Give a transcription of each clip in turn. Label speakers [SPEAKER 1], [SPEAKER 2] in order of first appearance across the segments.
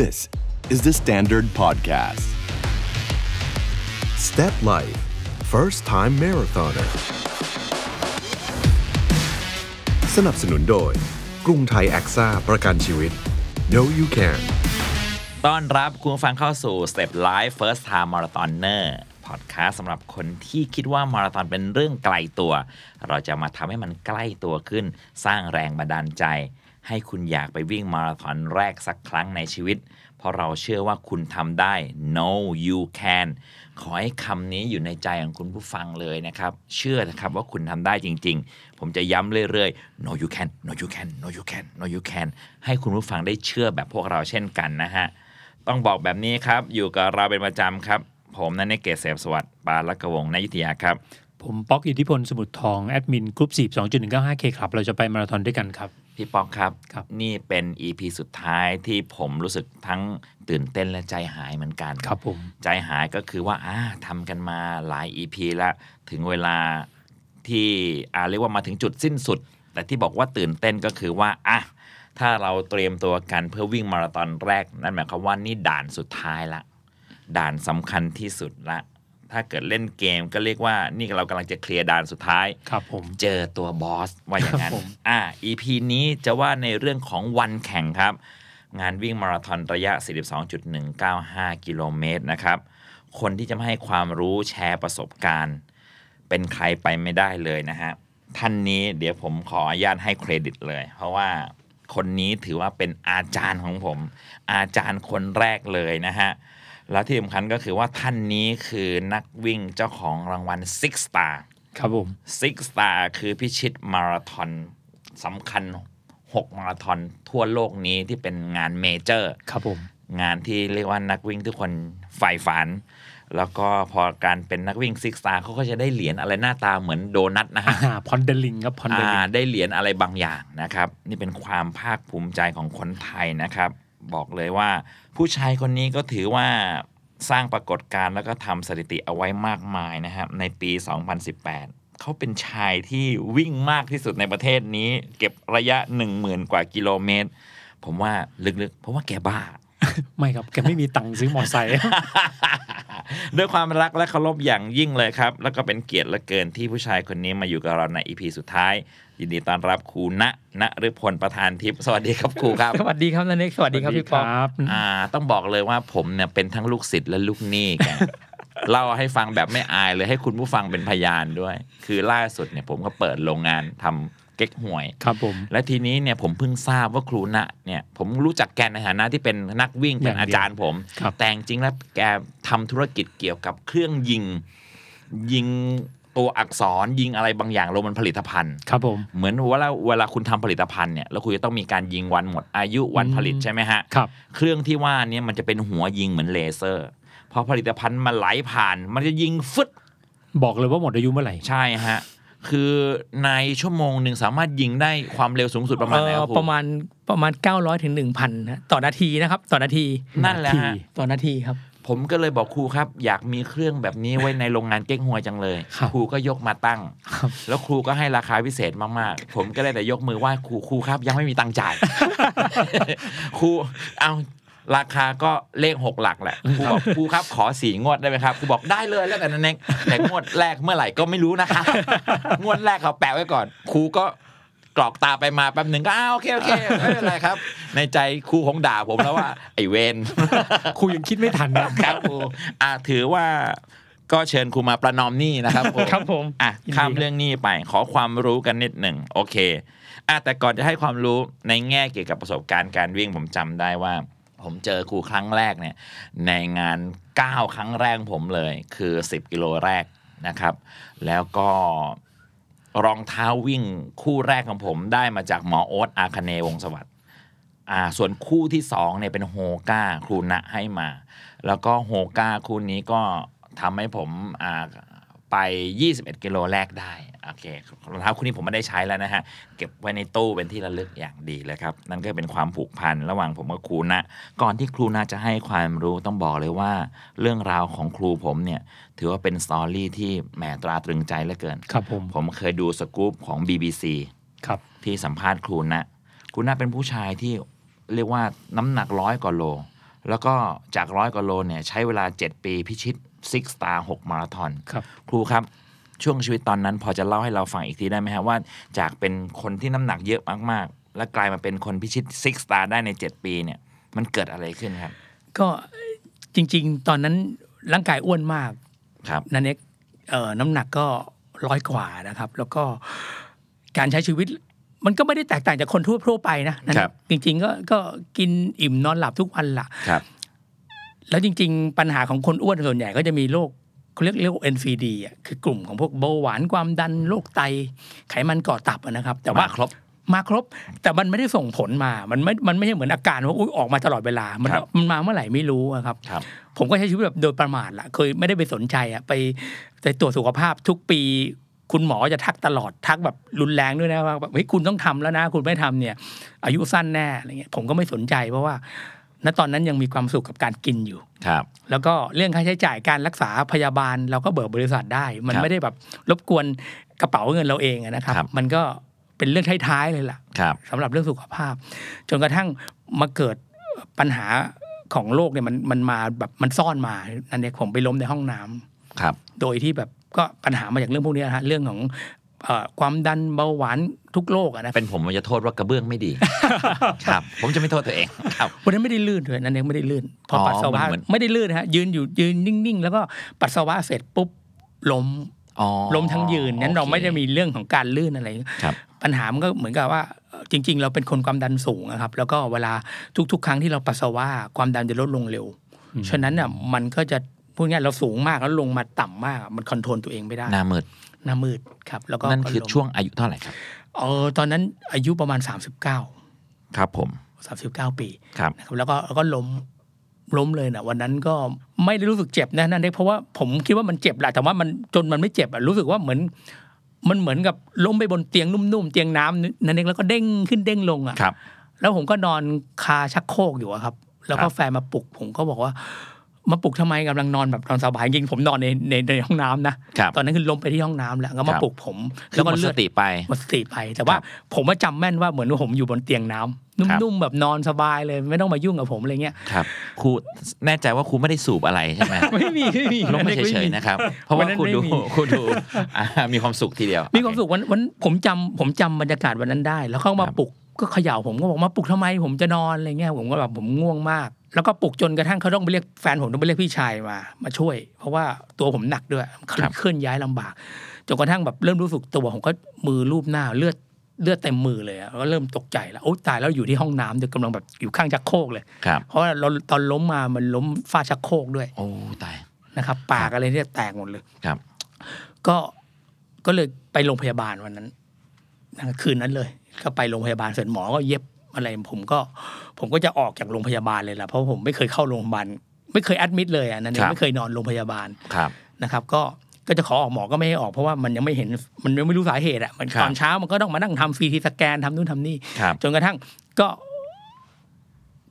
[SPEAKER 1] This is the Standard Podcast.
[SPEAKER 2] Step Life First Time Marathoner สนับสนุนโดย กรุงไทยแอคซ่าประกันชีวิต No You Can
[SPEAKER 3] ต้อนรับคุณผู้ฟังเข้าสู่ Step Life First Time Marathoner Podcast สำหรับคนที่คิดว่ามาราธอนเป็นเรื่องไกลตัว เราจะมาทำให้มันใกล้ตัวขึ้น สร้างแรงบันดาลใจ ให้คุณอยากไปวิ่งมาราธอนแรกสักครั้งในชีวิต เพราะเราเชื่อว่าคุณทำได้ No you can ขอให้คำนี้อยู่ในใจของคุณผู้ฟังเลยนะครับ เชื่อนะครับว่าคุณทำได้จริง ๆ ผมจะย้ำเรื่อยๆ No you can No you can No you can No you can ให้คุณผู้ฟังได้เชื่อแบบพวกเราเช่นกันนะฮะ ต้องบอกแบบนี้ครับ อยู่กับเราเป็นประจำครับ ผมนันเนกเกษเสพสวัสดิ์ปาลักกวงศ์นายุทธยาครับ
[SPEAKER 4] ผมป๊อกอิทธิพลสมุทรทอง แอดมินกรุ๊ป42.195 k ครับ เราจะไปมาราธอนด้วยกันครับ
[SPEAKER 3] พี่ป๊อกครับ
[SPEAKER 4] ครับ
[SPEAKER 3] นี่เป็น EP สุดท้ายที่ผมรู้สึกทั้งตื่นเต้นและใจหายเหมือนกัน
[SPEAKER 4] ครับผม
[SPEAKER 3] ใจหายก็คือว่าอ่าทำกันมาหลาย EP แล้ว ถึงเวลาที่อาเรียกว่ามาถึงจุดสิ้นสุด แต่ที่บอกว่าตื่นเต้นก็คือว่าอ่ะถ้าเราเตรียมตัวกันเพื่อวิ่งมาราธอนแรก นั่นหมายความว่านี่ด่านสุดท้ายละ ด่านสำคัญที่สุดละ ถ้าเกิดเล่นเกมก็เรียกว่านี่เรากำลังจะเคลียร์ด่านสุดท้าย
[SPEAKER 4] ครับผม
[SPEAKER 3] เจอตัวบอสว่าอย่างนั้น
[SPEAKER 4] ครับผม
[SPEAKER 3] อ่า EP นี้จะว่าในเรื่องของวันแข่งครับ งานวิ่งมาราธอนระยะ 42.195 กิโลเมตรนะครับ คนที่จะมาให้ความรู้แชร์ประสบการณ์ เป็นใครไปไม่ได้เลยนะฮะ ท่านนี้เดี๋ยวผมขออนุญาตให้เครดิตเลย เพราะว่าคนนี้ถือว่าเป็นอาจารย์ของผม อาจารย์คนแรกเลยนะฮะ แล้วที่สำคัญก็คือว่าท่านนี้คือนักวิ่งเจ้าของรางวัล Six Star
[SPEAKER 4] ครับผม
[SPEAKER 3] ซิกสตาร์คือพิชิตมาราธอนสำคัญ 6 มาราธอนทั่วโลกนี้ที่เป็นงานเมเจอร์
[SPEAKER 4] ครับผม
[SPEAKER 3] งานที่เรียกว่านักวิ่งทุกคนใฝ่ฝัน แล้วก็พอการเป็นนักวิ่งซิกสตาร์เขาก็จะได้เหรียญอะไรหน้าตาเหมือนโดนัทนะฮะ
[SPEAKER 4] อ่าพอนเดลิงครับพอนเดลิง
[SPEAKER 3] อ่าได้เหรียญอะไรบางอย่างนะครับ นี่เป็นความภาคภูมิใจของคนไทยนะครับ บอกเลยว่า ผู้ชายคนนี้ก็ถือว่าสร้างปรากฏการณ์แล้วก็ทำสถิติเอาไว้มากมายนะครับในปี 2018 เขาเป็นชายที่วิ่งมากที่สุดในประเทศนี้ เก็บระยะ 10,000 กว่ากิโลเมตร ผมว่าลึกๆ เพราะว่าแกบ้า
[SPEAKER 4] ไม่ครับ แกไม่มีตังค์ซื้อมอไซค์
[SPEAKER 3] ด้วยความรักและเคารพอย่างยิ่งเลยครับ แล้วก็เป็นเกียรติเหละเกินที่ผู้ชายคนนี้มาอยู่กับเราในอีพีสุดท้าย ยินดีต้อนรับครูณะณฤพลประธานทิพย์สวัสดีครับครูครับ
[SPEAKER 5] สวัสดีครับนันเน็กสวัสดีครับพี่ป๊อก
[SPEAKER 3] อ่า ต้องบอกเลยว่าผมเนี่ยเป็นทั้งลูกศิษย์และลูกหนี้แก เล่าให้ฟังแบบไม่อายเลยให้คุณผู้ฟังเป็นพยานด้วย คือล่าสุดเนี่ยผมก็เปิดโรงงานทำเก๊กหวย
[SPEAKER 4] ครับผม
[SPEAKER 3] และทีนี้เนี่ยผมเพิ่งทราบว่าครูณะเนี่ยผมรู้จักแกในฐานะที่เป็นนักวิ่ง
[SPEAKER 4] อ
[SPEAKER 3] เป็
[SPEAKER 4] ย่าน ง
[SPEAKER 3] อาจารย์ผม
[SPEAKER 4] ครับ
[SPEAKER 3] แต่จริงๆแล้วแกทำธุรกิจเกี่ยวกับเครื่องยิง ยิงตัวอักษรยิงอะไรบางอย่างลงบนผลิตภัณฑ์
[SPEAKER 4] ครับผม
[SPEAKER 3] เหมือนเวลาเวลาคุณทำผลิตภัณฑ์เนี่ยแล้วคุณจะต้องมีการยิงวันหมดอายุวันผลิตใช่ไหมฮะ
[SPEAKER 4] ครับ
[SPEAKER 3] เครื่องที่ว่าเนี่ยมันจะเป็นหัวยิงเหมือนเลเซอร์ พอผลิตภัณฑ์มันไหลผ่าน มันจะยิงฟึด
[SPEAKER 4] บอกเลยว่าหมดอายุเมื่อไหร่
[SPEAKER 3] ใช่ฮะ คือในชั่วโมงหนึ่งสามารถยิงได้ความเร็วสูงสุดประมาณไหนครับค
[SPEAKER 5] เอ่อ
[SPEAKER 3] รู
[SPEAKER 5] ประมาณประมาณ 900ถึง1,000นะต่อนาทีนะครับ ต่อนาที
[SPEAKER 3] นั่นแหละฮะ
[SPEAKER 5] ต่อนาทีครับ
[SPEAKER 3] ผมก็เลยบอกครูครับ อยากมีเครื่องแบบนี้ไว้ในโรงงานเก้งหวยจังเลย
[SPEAKER 4] ครับ
[SPEAKER 3] ครูก็ยกมาตั้ง แล้วครูก็ให้ราคาพิเศษมากๆ ผมก็ได้แต่ยกมือไหว้ครูครูครับ ยังไม่มีตังค์ จ่าย ครูเอาราคาก็เลขหกหลักแหละครูบอกครูครับขอสี่งวดได้ไหมครับครูบอกได้เลยแล้วแต่นันเองแต่งวดแรกเมื่อไหร่ก็ไม่รู้ นะคะงวดแรกเขาแปะไว้ก่อนครูก็กรอกตาไปมาแป๊บหนึ่งก็อ้าวโอเคโอเคไม่เป็นไรครับ ในใจครูคงด่าผมแล้วว่า ไอ้เวน
[SPEAKER 4] ครูยังคิดไม่ทันนะ
[SPEAKER 3] ครับครูอ่ะถือว่าก็เชิญครูมาประนอมหนี้นะครับ
[SPEAKER 5] ครับผม
[SPEAKER 3] อ่ะ
[SPEAKER 5] ยินดี
[SPEAKER 3] ข้าม
[SPEAKER 5] ครับ
[SPEAKER 3] เรื่องหนี้ไปขอความรู้กันนิดหนึ่งโอเคอ่ะแต่ก่อนจะให้ความรู้ในแง่เกี่ยวกับประสบการณ์การวิ่งผมจำได้ว่า ผมเจอครูครั้งแรกเนี่ยในงาน 9 ครั้งแรกของผมเลย คือ 10 กิโลแรกนะครับ แล้วก็รองเท้าวิ่งคู่แรกของผมได้มาจากหมอโอ๊ตอาคเนย์วงศ์สวัสดิ์อ่าส่วนคู่ที่สองเนี่ยเป็นโฮก้าครูณะให้มา แล้วก็โฮก้าคู่นี้ก็ทำให้ผมอ่าไป 21 กิโลแรกได้ โอเครองเท้าคู่นี้ผมไม่ได้ใช้แล้วนะฮะ เก็บไว้ในตู้เป็นที่ระลึกอย่างดีเลยครับ นั่นก็เป็นความผูกพันระหว่างผมกับครูนะ ก่อนที่ครูนะจะให้ความรู้ต้องบอกเลยว่า เรื่องราวของครูผมเนี่ย ถือว่าเป็นสตอรี่ที่แหมตราตรึงใจเหลือเกิน
[SPEAKER 4] ครับผม
[SPEAKER 3] ผมเคยดูสกู๊ปของ BBC
[SPEAKER 4] ครับ
[SPEAKER 3] ที่สัมภาษณ์ครูนะครูนะเป็นผู้ชายที่เรียกว่าน้ำหนักร้อยกว่าโล แล้วก็จากร้อยกว่าโลเนี่ยใช้เวลา 7 ปีพิชิต 6 star 6 มาราธอน
[SPEAKER 4] ครับ
[SPEAKER 3] ครูครับ ช่วงชีวิตตอนนั้นพอจะเล่าให้เราฟังอีกทีได้ไหมฮะว่าจากเป็นคนที่น้ำหนักเยอะมากๆ และกลายมาเป็นคนพิชิต Six Star ได้ใน 7 ปีเนี่ย มันเกิดอะไรขึ้นครับ
[SPEAKER 5] ก็จริง ๆ ตอนนั้นร่างกายอ้วนมาก
[SPEAKER 3] ครับ
[SPEAKER 5] นันเอกเอ่อน้ำหนักก็ร้อยกว่านะครับ แล้วก็การใช้ชีวิต มันก็ไม่ได้แตกต่างจากคนทั่วๆไปนะนั่นเอง
[SPEAKER 3] ครับ
[SPEAKER 5] จริง ๆ ก็ก็กินอิ่มนอนหลับทุกวันละ
[SPEAKER 3] ครับ
[SPEAKER 5] แล้วจริง ๆ ปัญหาของคนอ้วนส่วนใหญ่ก็จะมีโรคเขาเรียกเรียกว่า NFD อ่ะคือกลุ่มของพวกเบาหวานความดันโรคไตไขมันก่อตับอะนะครับ แต่ว่า
[SPEAKER 3] มาครบ
[SPEAKER 5] มาครบ แต่มันไม่ได้ส่งผลมา มันไม่มันไม่ใช่เหมือนอาการว่าอุ๊ยออกมาตลอดเวลา มัน
[SPEAKER 3] ครับ
[SPEAKER 5] มันมาเมื่อไหร่ไม่รู้อะครับ
[SPEAKER 3] ครับ
[SPEAKER 5] ผมก็ใช้ชีวิตแบบโดยประมาทละเคยไม่ได้ไปสนใจอะไปไปตรวจสุขภาพทุกปี คุณหมอจะทักตลอดทักแบบรุนแรงด้วยนะว่าแบบเฮ้ยคุณต้องทำแล้วนะ คุณไม่ทำเนี่ย อายุสั้นแน่อะไรเงี้ยผมก็ไม่สนใจเพราะว่า ณตอนนั้นยังมีความสุขกับการกินอยู่
[SPEAKER 3] ครับ
[SPEAKER 5] แล้วก็เรื่องค่าใช้จ่ายการรักษาพยาบาลเราก็เบิกบริษัทได้ มัน
[SPEAKER 3] ครับ
[SPEAKER 5] ไม่ได้แบบรบกวนกระเป๋าเงินเราเองอะนะครับ
[SPEAKER 3] ครับ
[SPEAKER 5] มันก็เป็นเรื่องท้ายๆเลยล่ะ
[SPEAKER 3] ครับ
[SPEAKER 5] สำหรับเรื่องสุขภาพ จนกระทั่งมาเกิดปัญหาของโรคเนี่ยมันมันมาแบบมันซ่อนมานั่นเองผมไปล้มในห้องน้ำ
[SPEAKER 3] ครับ
[SPEAKER 5] โดยที่แบบก็ปัญหามาจากเรื่องพวกนี้นะฮะเรื่องของเอ่อความดันเบาหวานทุกโรคอะนะ
[SPEAKER 3] เป็นผมผมจะโทษว่ากระเบื้องไม่ดี ครับ ผมจะไม่โทษตัวเองครับ
[SPEAKER 5] วันนั้นไม่ได้ลื่นเลยนั่นเองไม่ได้ลื่น พออ
[SPEAKER 3] อ
[SPEAKER 5] ปัสสาวะ
[SPEAKER 3] มันเหมือน
[SPEAKER 5] ไม่ได้ลื่นนะฮะยืนอยู่ยืนนิ่งๆ แล้วก็ปัสสาวะเสร็จปุ๊บล้ม
[SPEAKER 3] อ๋อ
[SPEAKER 5] ล้มทั้งยืนนั้นเรา
[SPEAKER 3] โอค
[SPEAKER 5] ไม่ได้มีเรื่องของการลื่นอะไร
[SPEAKER 3] ครับ
[SPEAKER 5] ปัญหามันก็เหมือนกับว่าเอ่อจริง ๆ เราเป็นคนความดันสูงอะครับ แล้วก็เวลาทุก ๆ ครั้งที่เราปัสสาวะความดันจะลดลงเร็ว ฉะนั้นอ่ะมันก็จะพูดง่ายๆเราสูงมากแล้วลงมาต่ำมากอะมันคอนโทรลตัวเองไม่ได้
[SPEAKER 3] หน้ามืด
[SPEAKER 5] หน้ามืดครับ แล้วก็
[SPEAKER 3] นั่นคือช่วงอายุเท่าไหร่ครับ
[SPEAKER 5] เออตอนนั้นอายุประมาณ 39
[SPEAKER 3] ครับผม
[SPEAKER 5] 39 ปี
[SPEAKER 3] ครับ
[SPEAKER 5] นะครับแล้วก็แล้วก็ล้มล้มเลยนะวันนั้นก็ไม่ได้รู้สึกเจ็บนะนั่นเองเพราะว่าผมคิดว่ามันเจ็บแหละแต่ว่ามันจนมันไม่เจ็บอะรู้สึกว่าเหมือน มันเหมือนกับล้มไปบนเตียงนุ่มๆเตียงน้ำนั่นเองแล้วก็เด้งขึ้นเด้งลงอ่ะ
[SPEAKER 3] ครับ
[SPEAKER 5] แล้วผมก็นอนคาชักโครกอยู่อะครับ แล้ว
[SPEAKER 3] ครั
[SPEAKER 5] ก็
[SPEAKER 3] บ
[SPEAKER 5] แฟนมาปลุก ผมก็บอกว่า มาปลุกทำไมกำลังนอนแบบนอนสบายจริงๆผมนอนในในในห้องน้ำนะครับ ตอนนั้นคือล้มไปที่ห้องน้ำแล้วก็มาปลุกผม
[SPEAKER 3] คือหมด
[SPEAKER 5] เลื
[SPEAKER 3] ส
[SPEAKER 5] อด
[SPEAKER 3] ติไป
[SPEAKER 5] หมดสติไป แต่ว่า
[SPEAKER 3] ครับ
[SPEAKER 5] ผมว่าจำแม่นว่าเหมือนว่าผมอยู่บนเตียงน้ำ
[SPEAKER 3] ครับ
[SPEAKER 5] นุ่มๆแบบนอนสบายเลยไม่ต้องมายุ่งกับผมอะไรเงี้ย
[SPEAKER 3] ครับครูแน่ใจว่าครูไม่ได้สูบอะไรใช่ไหม
[SPEAKER 5] ไม่มีไม่มี
[SPEAKER 3] ลงมาเฉยๆนะครับ เพราะว่าคุณดู
[SPEAKER 5] วันนั้นไม่มี
[SPEAKER 3] คุณดูอ่ามีความสุขทีเดียว
[SPEAKER 5] มีความสุขวันวันผมจำผมจำบรรยากาศวันนั้นได้ แล้วเขา
[SPEAKER 3] ครั
[SPEAKER 5] มา
[SPEAKER 3] บ
[SPEAKER 5] ปลุกก็เขย่าผมก็บอกมาปลุกทำไมผมจะนอนอะไรเงี้ยผมก็แบบผมง่วงมาก แล้วก็ปลุกจนกระทั่งเขาต้องไปเรียกแฟนผมต้องไปเรียกพี่ชายมา มาช่วย เพราะว่าตัวผมหนักด้วยเคลื่อนย้ายลำบากจนกระทั่งแบบเริ่มรู้สึกตัวผมก็มือลูบหน้าเลือดเลือดเต็มมือเลยอะแล้วก็เริ่มตกใจแล้วโอ๊ยตายแล้วอยู่ที่ห้องน้ำเดี๋ยวกำลังแบบอยู่ข้างชักโครกเลย
[SPEAKER 3] ครับ
[SPEAKER 5] เพราะว่าเราตอนล้มมามันล้มฟาดชักโครกด้วย
[SPEAKER 3] โอ้ตาย
[SPEAKER 5] นะครับปากอะไรเนี่ยแตกหมดเลย
[SPEAKER 3] ครับ
[SPEAKER 5] ก็ก็เลยไปโรงพยาบาลวันนั้นนะคืนนั้นเลย ก็ไปโรงพยาบาลเสร็จหมอก็เย็บอะไรผมก็ ผมก็จะออกจากโรงพยาบาลเลยล่ะเพราะผมไม่เคยเข้าโรงพยาบาลไม่เคยแอดมิดเลยอ่ะนั่นเอ
[SPEAKER 3] ครั
[SPEAKER 5] ง
[SPEAKER 3] บ
[SPEAKER 5] ไม่เคยนอนโรงพยาบาล
[SPEAKER 3] ครับ
[SPEAKER 5] นะครับ ก็ก็จะขอออกหมอก็ไม่ให้ออกเพราะว่ามันยังไม่เห็นมันยังไม่รู้สาเหตุอ่ะมัน
[SPEAKER 3] ครับ
[SPEAKER 5] ตอนเช้ามันก็ต้องมานั่งทำฟรีทีสแกนทำนู่นทำนี่
[SPEAKER 3] ครับ
[SPEAKER 5] จนกระทั่งก็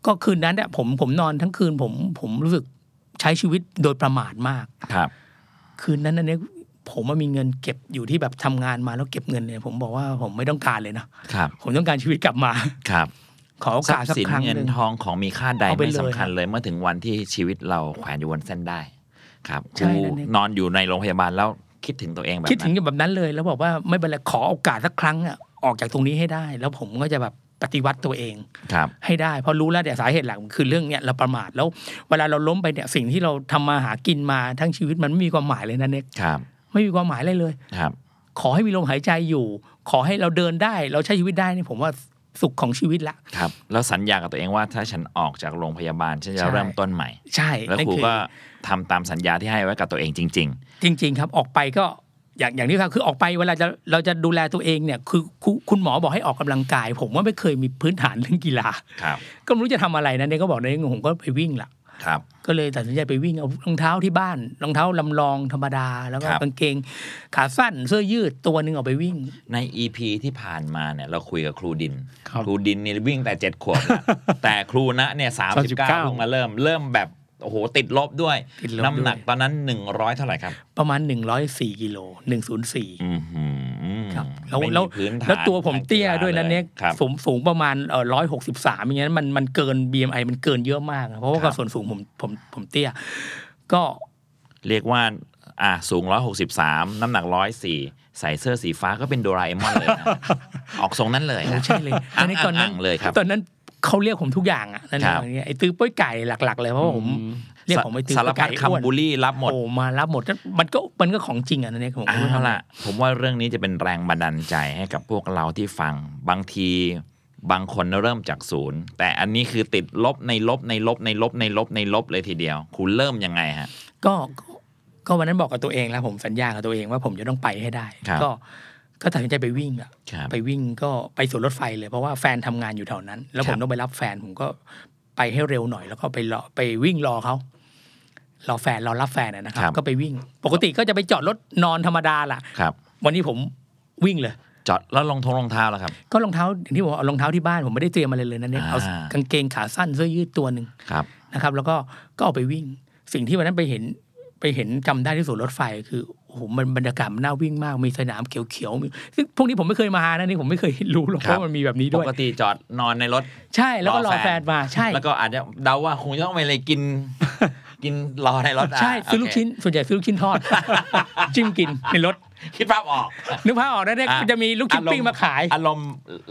[SPEAKER 5] ก็คืนนั้นเนี่ยผมผมนอนทั้งคืนผมผมรู้สึกใช้ชีวิตโดยประมาทมาก
[SPEAKER 3] ครับ
[SPEAKER 5] คืนนั้นอันเนี้ยผมว่ามีเงินเก็บอยู่ที่แบบทำงานมาแล้วเก็บเงินเนี่ยผมบอกว่าผมไม่ต้องการเลยนะ
[SPEAKER 3] ครับ
[SPEAKER 5] ผมต้องการชีวิตกลับมา
[SPEAKER 3] ครับ
[SPEAKER 5] ขอโอ
[SPEAKER 3] ทรั
[SPEAKER 5] กา
[SPEAKER 3] พ
[SPEAKER 5] ส
[SPEAKER 3] ย์
[SPEAKER 5] สัก
[SPEAKER 3] สิน
[SPEAKER 5] ครั้ง
[SPEAKER 3] เงิ
[SPEAKER 5] ห
[SPEAKER 3] น
[SPEAKER 5] นึ่ง
[SPEAKER 3] ทองของมีค่าใด
[SPEAKER 5] เอาไป
[SPEAKER 3] ไม่สำคัญเลยเมื่อถึงวันที่ชีวิตเราแขวนอยู่บนเส้นได้ ครับค
[SPEAKER 5] ใช่
[SPEAKER 3] รู
[SPEAKER 5] นั่นเอง
[SPEAKER 3] นอนอยู่ในโรงพยาบาลแล้วคิดถึงตัวเองแบบ
[SPEAKER 5] คิดถึ
[SPEAKER 3] นั้
[SPEAKER 5] ง
[SPEAKER 3] น
[SPEAKER 5] อยู่แบบนั้นเลย แล้วบอกว่าไม่เป็นไรขอโอกาสสักครั้งอะออกจากตรงนี้ให้ได้ แล้วผมก็จะแบบปฏิวัติตัวเอง
[SPEAKER 3] ครับ
[SPEAKER 5] ให้ได้ เพราะรู้แล้วเนี่ยสาเหตุหลักมันคือเรื่องเนี่ยเราประมาทแล้ว เวลาเราล้มไปเนี่ยสิ่งที่เราทำมาหากินมาทั้งชีวิตมันไม่มีความหมายเลยนะเน็ก
[SPEAKER 3] ครับ
[SPEAKER 5] ไม่มีความหมายเลยเลย
[SPEAKER 3] ครับ
[SPEAKER 5] ขอให้มีลมหายใจอยู่ ขอให้เราเดินได้ เราใช้ชีวิตได้นี่ผมว่าสุขของชีวิตละ
[SPEAKER 3] ครับ แล้วสัญญากับตัวเองว่าถ้าฉันออกจากโรงพยาบาลฉันจะ
[SPEAKER 5] ใช่
[SPEAKER 3] เริ่มต้นใหม่
[SPEAKER 5] ใช่
[SPEAKER 3] แล้ว
[SPEAKER 5] นั่น
[SPEAKER 3] ครู
[SPEAKER 5] อ
[SPEAKER 3] ก็ทำตามสัญญาที่ให้ไว้กับตัวเองจริง
[SPEAKER 5] จริงๆครับออกไปก็อย่างอย่างที่ครับคือออกไปเวลาจะเราจะดูแลตัวเองเนี่ยคือคุคุณหมอบอกให้ออกกำลังกาย ผมว่าไม่เคยมีพื้นฐานเรื่องกีฬา
[SPEAKER 3] ๆ ครับ
[SPEAKER 5] ก็ไม่รู้จะทำอะไรนะเนี่ยก็บอกในงผมก็ไปวิ่งละ
[SPEAKER 3] ครับ
[SPEAKER 5] ก็เลยตัดสินใจไปวิ่งเอารองเท้าที่บ้านรองเท้าลำลองธรรมดา แล้วก็
[SPEAKER 3] ครับ
[SPEAKER 5] กางเกง ขาสั้นเสื้อยืดตัวหนึ่งออกไปวิ่ง
[SPEAKER 3] ใน EP ที่ผ่านมาเนี่ยเราคุยกับครูดิน
[SPEAKER 4] ครับ
[SPEAKER 3] ครูดินเนี่ยวิ่งแต่ 7 ขวบแล้วแต่ครูณะเนี่ยสามสิบเก้า
[SPEAKER 4] 39
[SPEAKER 3] เพิ่งมาเริ่มเริ่มแบบ โอ้โหติดลบด้วย
[SPEAKER 5] ติดลบด้วย
[SPEAKER 3] น้ำหนักตอนนั้น 100 เท่าไหร่ครับ
[SPEAKER 5] ประมาณ 104กิโล104
[SPEAKER 3] อื้อหือ
[SPEAKER 5] ครับแล้ว
[SPEAKER 3] ไม่มี
[SPEAKER 5] แล้ว
[SPEAKER 3] พื้นฐาน
[SPEAKER 5] แล้วตัวผมเตี้ยด้วย
[SPEAKER 3] ทา
[SPEAKER 5] นะ
[SPEAKER 3] งกีฬาล
[SPEAKER 5] เนี่ย
[SPEAKER 3] ครับ
[SPEAKER 5] สูงสูงประมาณร้อยหกสิบสามอย่างเงี้ยมันมันเกิน BMI มันเกินเยอะมากนะเพราะว่า
[SPEAKER 3] ครั
[SPEAKER 5] กั
[SPEAKER 3] บบ
[SPEAKER 5] ส่วนสูงผมผมผมเตี้ย ก็
[SPEAKER 3] เรียกว่าอ่ะสูง 163 น้ำหนัก 104 ใส่เสื้อสีฟ้าก็เป็นโดราเอมอนเลยนะ ออกทรงนั้นเลยนะ
[SPEAKER 5] ใช่เลยตอนนี้ตอนนั้ น
[SPEAKER 3] อ่างๆเลยครับ
[SPEAKER 5] ตอนนั้นเขาเรียกผมทุกอย่างอ่ะนั่น
[SPEAKER 3] ค
[SPEAKER 5] เอ
[SPEAKER 3] รับ
[SPEAKER 5] งยไอ้ตื้อป้อยไก่หลัก ๆ เลยเพราะว่าผมเรียกผมไอ้ตื้อ
[SPEAKER 3] สาร
[SPEAKER 5] ป้อ
[SPEAKER 3] พั
[SPEAKER 5] ยไก่
[SPEAKER 3] ด
[SPEAKER 5] อ้วน
[SPEAKER 3] คำบูลลี่รับหมด
[SPEAKER 5] โอ้มารับหมดนั่นมันก็มันก็ของจริงอ่ะนั่นเองผมก็ไม่
[SPEAKER 3] เอา
[SPEAKER 5] ทำ
[SPEAKER 3] ล่ะผมว่าเรื่องนี้จะเป็นแรงบันดาลใจให้กับพวกเราที่ฟัง บางที บางคนเริ่มจากศูนย์ แต่อันนี้คือติดลบในลบในลบในลบในลบในลบเลยทีเดียว คุณเริ่มยังไงฮะ
[SPEAKER 5] ก็ก็ก็วันนั้นบอกกับตัวเองแล้ว ผมสัญญากับตัวเองว่าผมจะต้องไปให้ได้
[SPEAKER 3] ครับ
[SPEAKER 5] ก็ก็ตัดสินใจไปวิ่งอะ
[SPEAKER 3] ครับ
[SPEAKER 5] ไปวิ่งก็ไปสวนรถไฟเลยเพราะว่าแฟนทำงานอยู่แถวนั้น แล้ว
[SPEAKER 3] ค
[SPEAKER 5] ผ
[SPEAKER 3] รับ
[SPEAKER 5] มต้องไปรับแฟนผมก็ไปให้เร็วหน่อย แล้วก็ไปรอไปวิ่งรอเขารอแฟนรอรับแฟนอะนะครับ ก็ไปวิ่ง ปกติก็จะไปจอดรถนอนธรรมดาล่ะ
[SPEAKER 3] ครับ
[SPEAKER 5] วันนี้ผมวิ่งเลย
[SPEAKER 3] จอดแล้วรองทงรองเท้าแล้วครับ
[SPEAKER 5] ก็รองเท้าอย่างที่ผมบอกเอารองเท้าที่บ้านผมไม่ได้เตรียมมาเลยเลยนะเนี่ยเอา
[SPEAKER 3] อ่า
[SPEAKER 5] กางเกงขาสั้นเสื้อยืดตัวหนึ่ง
[SPEAKER 3] ครับ
[SPEAKER 5] นะครับแล้วก็ก็ออกไปวิ่ง สิ่งที่วันนั้นไปเห็นไปเห็นจำได้ที่สวนรถไฟ คือโอ้โหมันบรรยากาศมันน่าวิ่งมากมีสนามเขียวๆมีซึ่งพวกนี้ผมไม่เคยมานะนี่ผมไม่เคยรู้หรอก
[SPEAKER 3] ครับ
[SPEAKER 5] ว่ามันมีแบบนี้
[SPEAKER 3] ป
[SPEAKER 5] ด้วย
[SPEAKER 3] กติจอดนอนในรถ
[SPEAKER 5] ใช่แล้วก็รอแฟนมาใช่
[SPEAKER 3] แล้วก็อาจจะเดาว่าคงจะต้องไปเลย กิน กินรอในรถะ
[SPEAKER 5] ใช่ซื้อลูกชิ้น ส่วนใหญ่ซื้อลูกชิ้น ทอด จิ้มกินในรถ
[SPEAKER 3] โอเคคิดภาพอ อก
[SPEAKER 5] นึกภาพออกนะเนี่ย
[SPEAKER 3] อ่ะ
[SPEAKER 5] จะมีลูกชิ้นปิ้งมาขาย
[SPEAKER 3] อารมณ์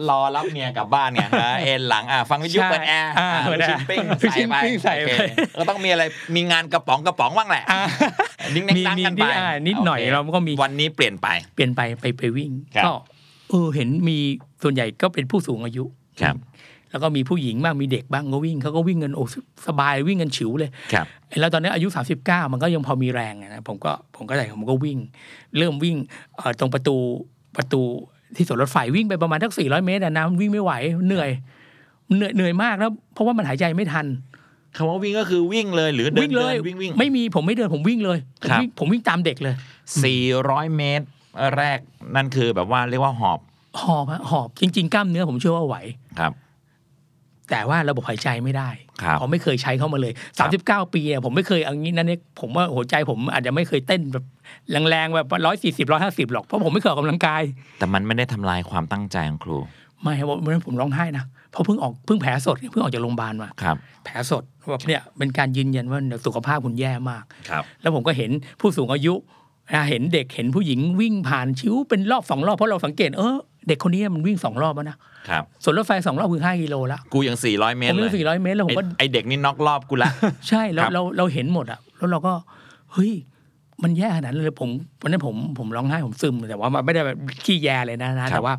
[SPEAKER 3] รอรับเมียกลับบ้านไง นะเอ็นหลังอ่ะฟังวิทยุ
[SPEAKER 5] ใช่
[SPEAKER 3] เปิดแอร์
[SPEAKER 5] อ่า
[SPEAKER 3] อ่ะ
[SPEAKER 5] เปิด
[SPEAKER 3] ลูก
[SPEAKER 5] แอ
[SPEAKER 3] ชิ้
[SPEAKER 5] ร์
[SPEAKER 3] นปิ้ง
[SPEAKER 5] ลูกชิ้นปิ้งใส่ไป
[SPEAKER 3] โอเคก็ต้องมีอะไรมีงานกระป๋องกระป๋องบ้างแหละ
[SPEAKER 5] อ่ะ
[SPEAKER 3] ดิ้งแดง
[SPEAKER 5] มี
[SPEAKER 3] ตั้งกัน
[SPEAKER 5] มี
[SPEAKER 3] ไป
[SPEAKER 5] อ่านิดหน่อย
[SPEAKER 3] โค
[SPEAKER 5] เราก็มี
[SPEAKER 3] วันนี้เปลี่ยนไป
[SPEAKER 5] เปลี่ยนไปไปไปวิ่ง
[SPEAKER 3] ครับ
[SPEAKER 5] ก็เออเห็นมีส่วนใหญ่ก็เป็นผู้สูงอายุ
[SPEAKER 3] ครับ
[SPEAKER 5] แล้วก็มีผู้หญิงบ้างมีเด็กบ้างก็วิ่งเขาก็วิ่งกันโอ้สบายวิ่งกันฉิวเลย
[SPEAKER 3] ครับ
[SPEAKER 5] ไอ้แล้วตอนนี้อายุ 39 มันก็ยังพอมีแรงอะนะผมก็ผมก็ใส่ผมก็วิ่ง เริ่มวิ่งเอ่อตรงประตูประตูที่สวนรถไฟวิ่งไปประมาณทัก 400 เมตรอะน้ำวิ่งไม่ไหวเหนื่อยเหนื่อยเหนื่อยมากแล้วเพราะว่ามันหายใจไม่ทัน
[SPEAKER 3] คำว่าวิ่งก็คือวิ่งเลยหรือเดิน
[SPEAKER 5] วิ่งเลย
[SPEAKER 3] ดินวิ่งวิ่ง
[SPEAKER 5] ไม่มีผมไม่เดินผมวิ่งเลยผม
[SPEAKER 3] ครับ
[SPEAKER 5] วิ่งผมวิ่งตามเด็กเลย
[SPEAKER 3] 400 เมตรแรกนั่นคือแบบว่าเรียกว่าหอบ
[SPEAKER 5] หอบฮะหอบจริง ๆ กล้ามเนื้อผมเชื่อว่าไหว
[SPEAKER 3] ครับ
[SPEAKER 5] แต่ว่าระบบหายใจไม่ได้
[SPEAKER 3] ครับ
[SPEAKER 5] ผมไม่เคยใช้เข้ามาเลย 39 ปีเนี่ยผมไม่เคยเอางี้นั่นเนี่ยผมว่าหัวใจผมอาจจะไม่เคยเต้นแบบแรงๆแบบร้อยสี่สิบร้อยห้าสิบหรอกเพราะผมไม่เคยออกกำลังกาย
[SPEAKER 3] แต่มันไม่ได้ทำลายความตั้งใจของครู
[SPEAKER 5] ไม่ครับวันนั้นผมร้องไห้นะเพราะเพิ่งออกเพิ่งแผลสดเพิ่งออกจากโรงพยาบาลมา
[SPEAKER 3] ครับ
[SPEAKER 5] แผลสดแบบเนี่ยเป็นการยืนยันว่าสุขภาพคุณแย่มาก
[SPEAKER 3] ครับ
[SPEAKER 5] แล้วผมก็เห็นผู้สูงอายุนะเห็นเด็กเห็นผู้หญิงวิ่งผ่านชิวเป็นรอบสองรอบเพราะเราสังเกตเออเด็กคนนี้มันวิ่งสองรอบแล้วนะครับ ส่วนรถไฟสองรอบคือห้ากิโลละ
[SPEAKER 3] กูยัง400 เม
[SPEAKER 5] ผ
[SPEAKER 3] ตร
[SPEAKER 5] ม
[SPEAKER 3] เล
[SPEAKER 5] วิ่
[SPEAKER 3] ย
[SPEAKER 5] งสี่ร้อยเมตรแล้วผม
[SPEAKER 3] ไอ้
[SPEAKER 5] ก็
[SPEAKER 3] ไอเด็กนี่น็อกรอบกูละ
[SPEAKER 5] ใช่แล้
[SPEAKER 3] คว รับ
[SPEAKER 5] เราเราเห็นหมดอะแล้วเราก็เฮ้ยมันแย่ขนาดนั้นเลยผมวันนั้นผมผมร้องไห้ผมซึมแต่ว่ามันไม่ได้แบบขี้แยเลยนะนะแต่ว่า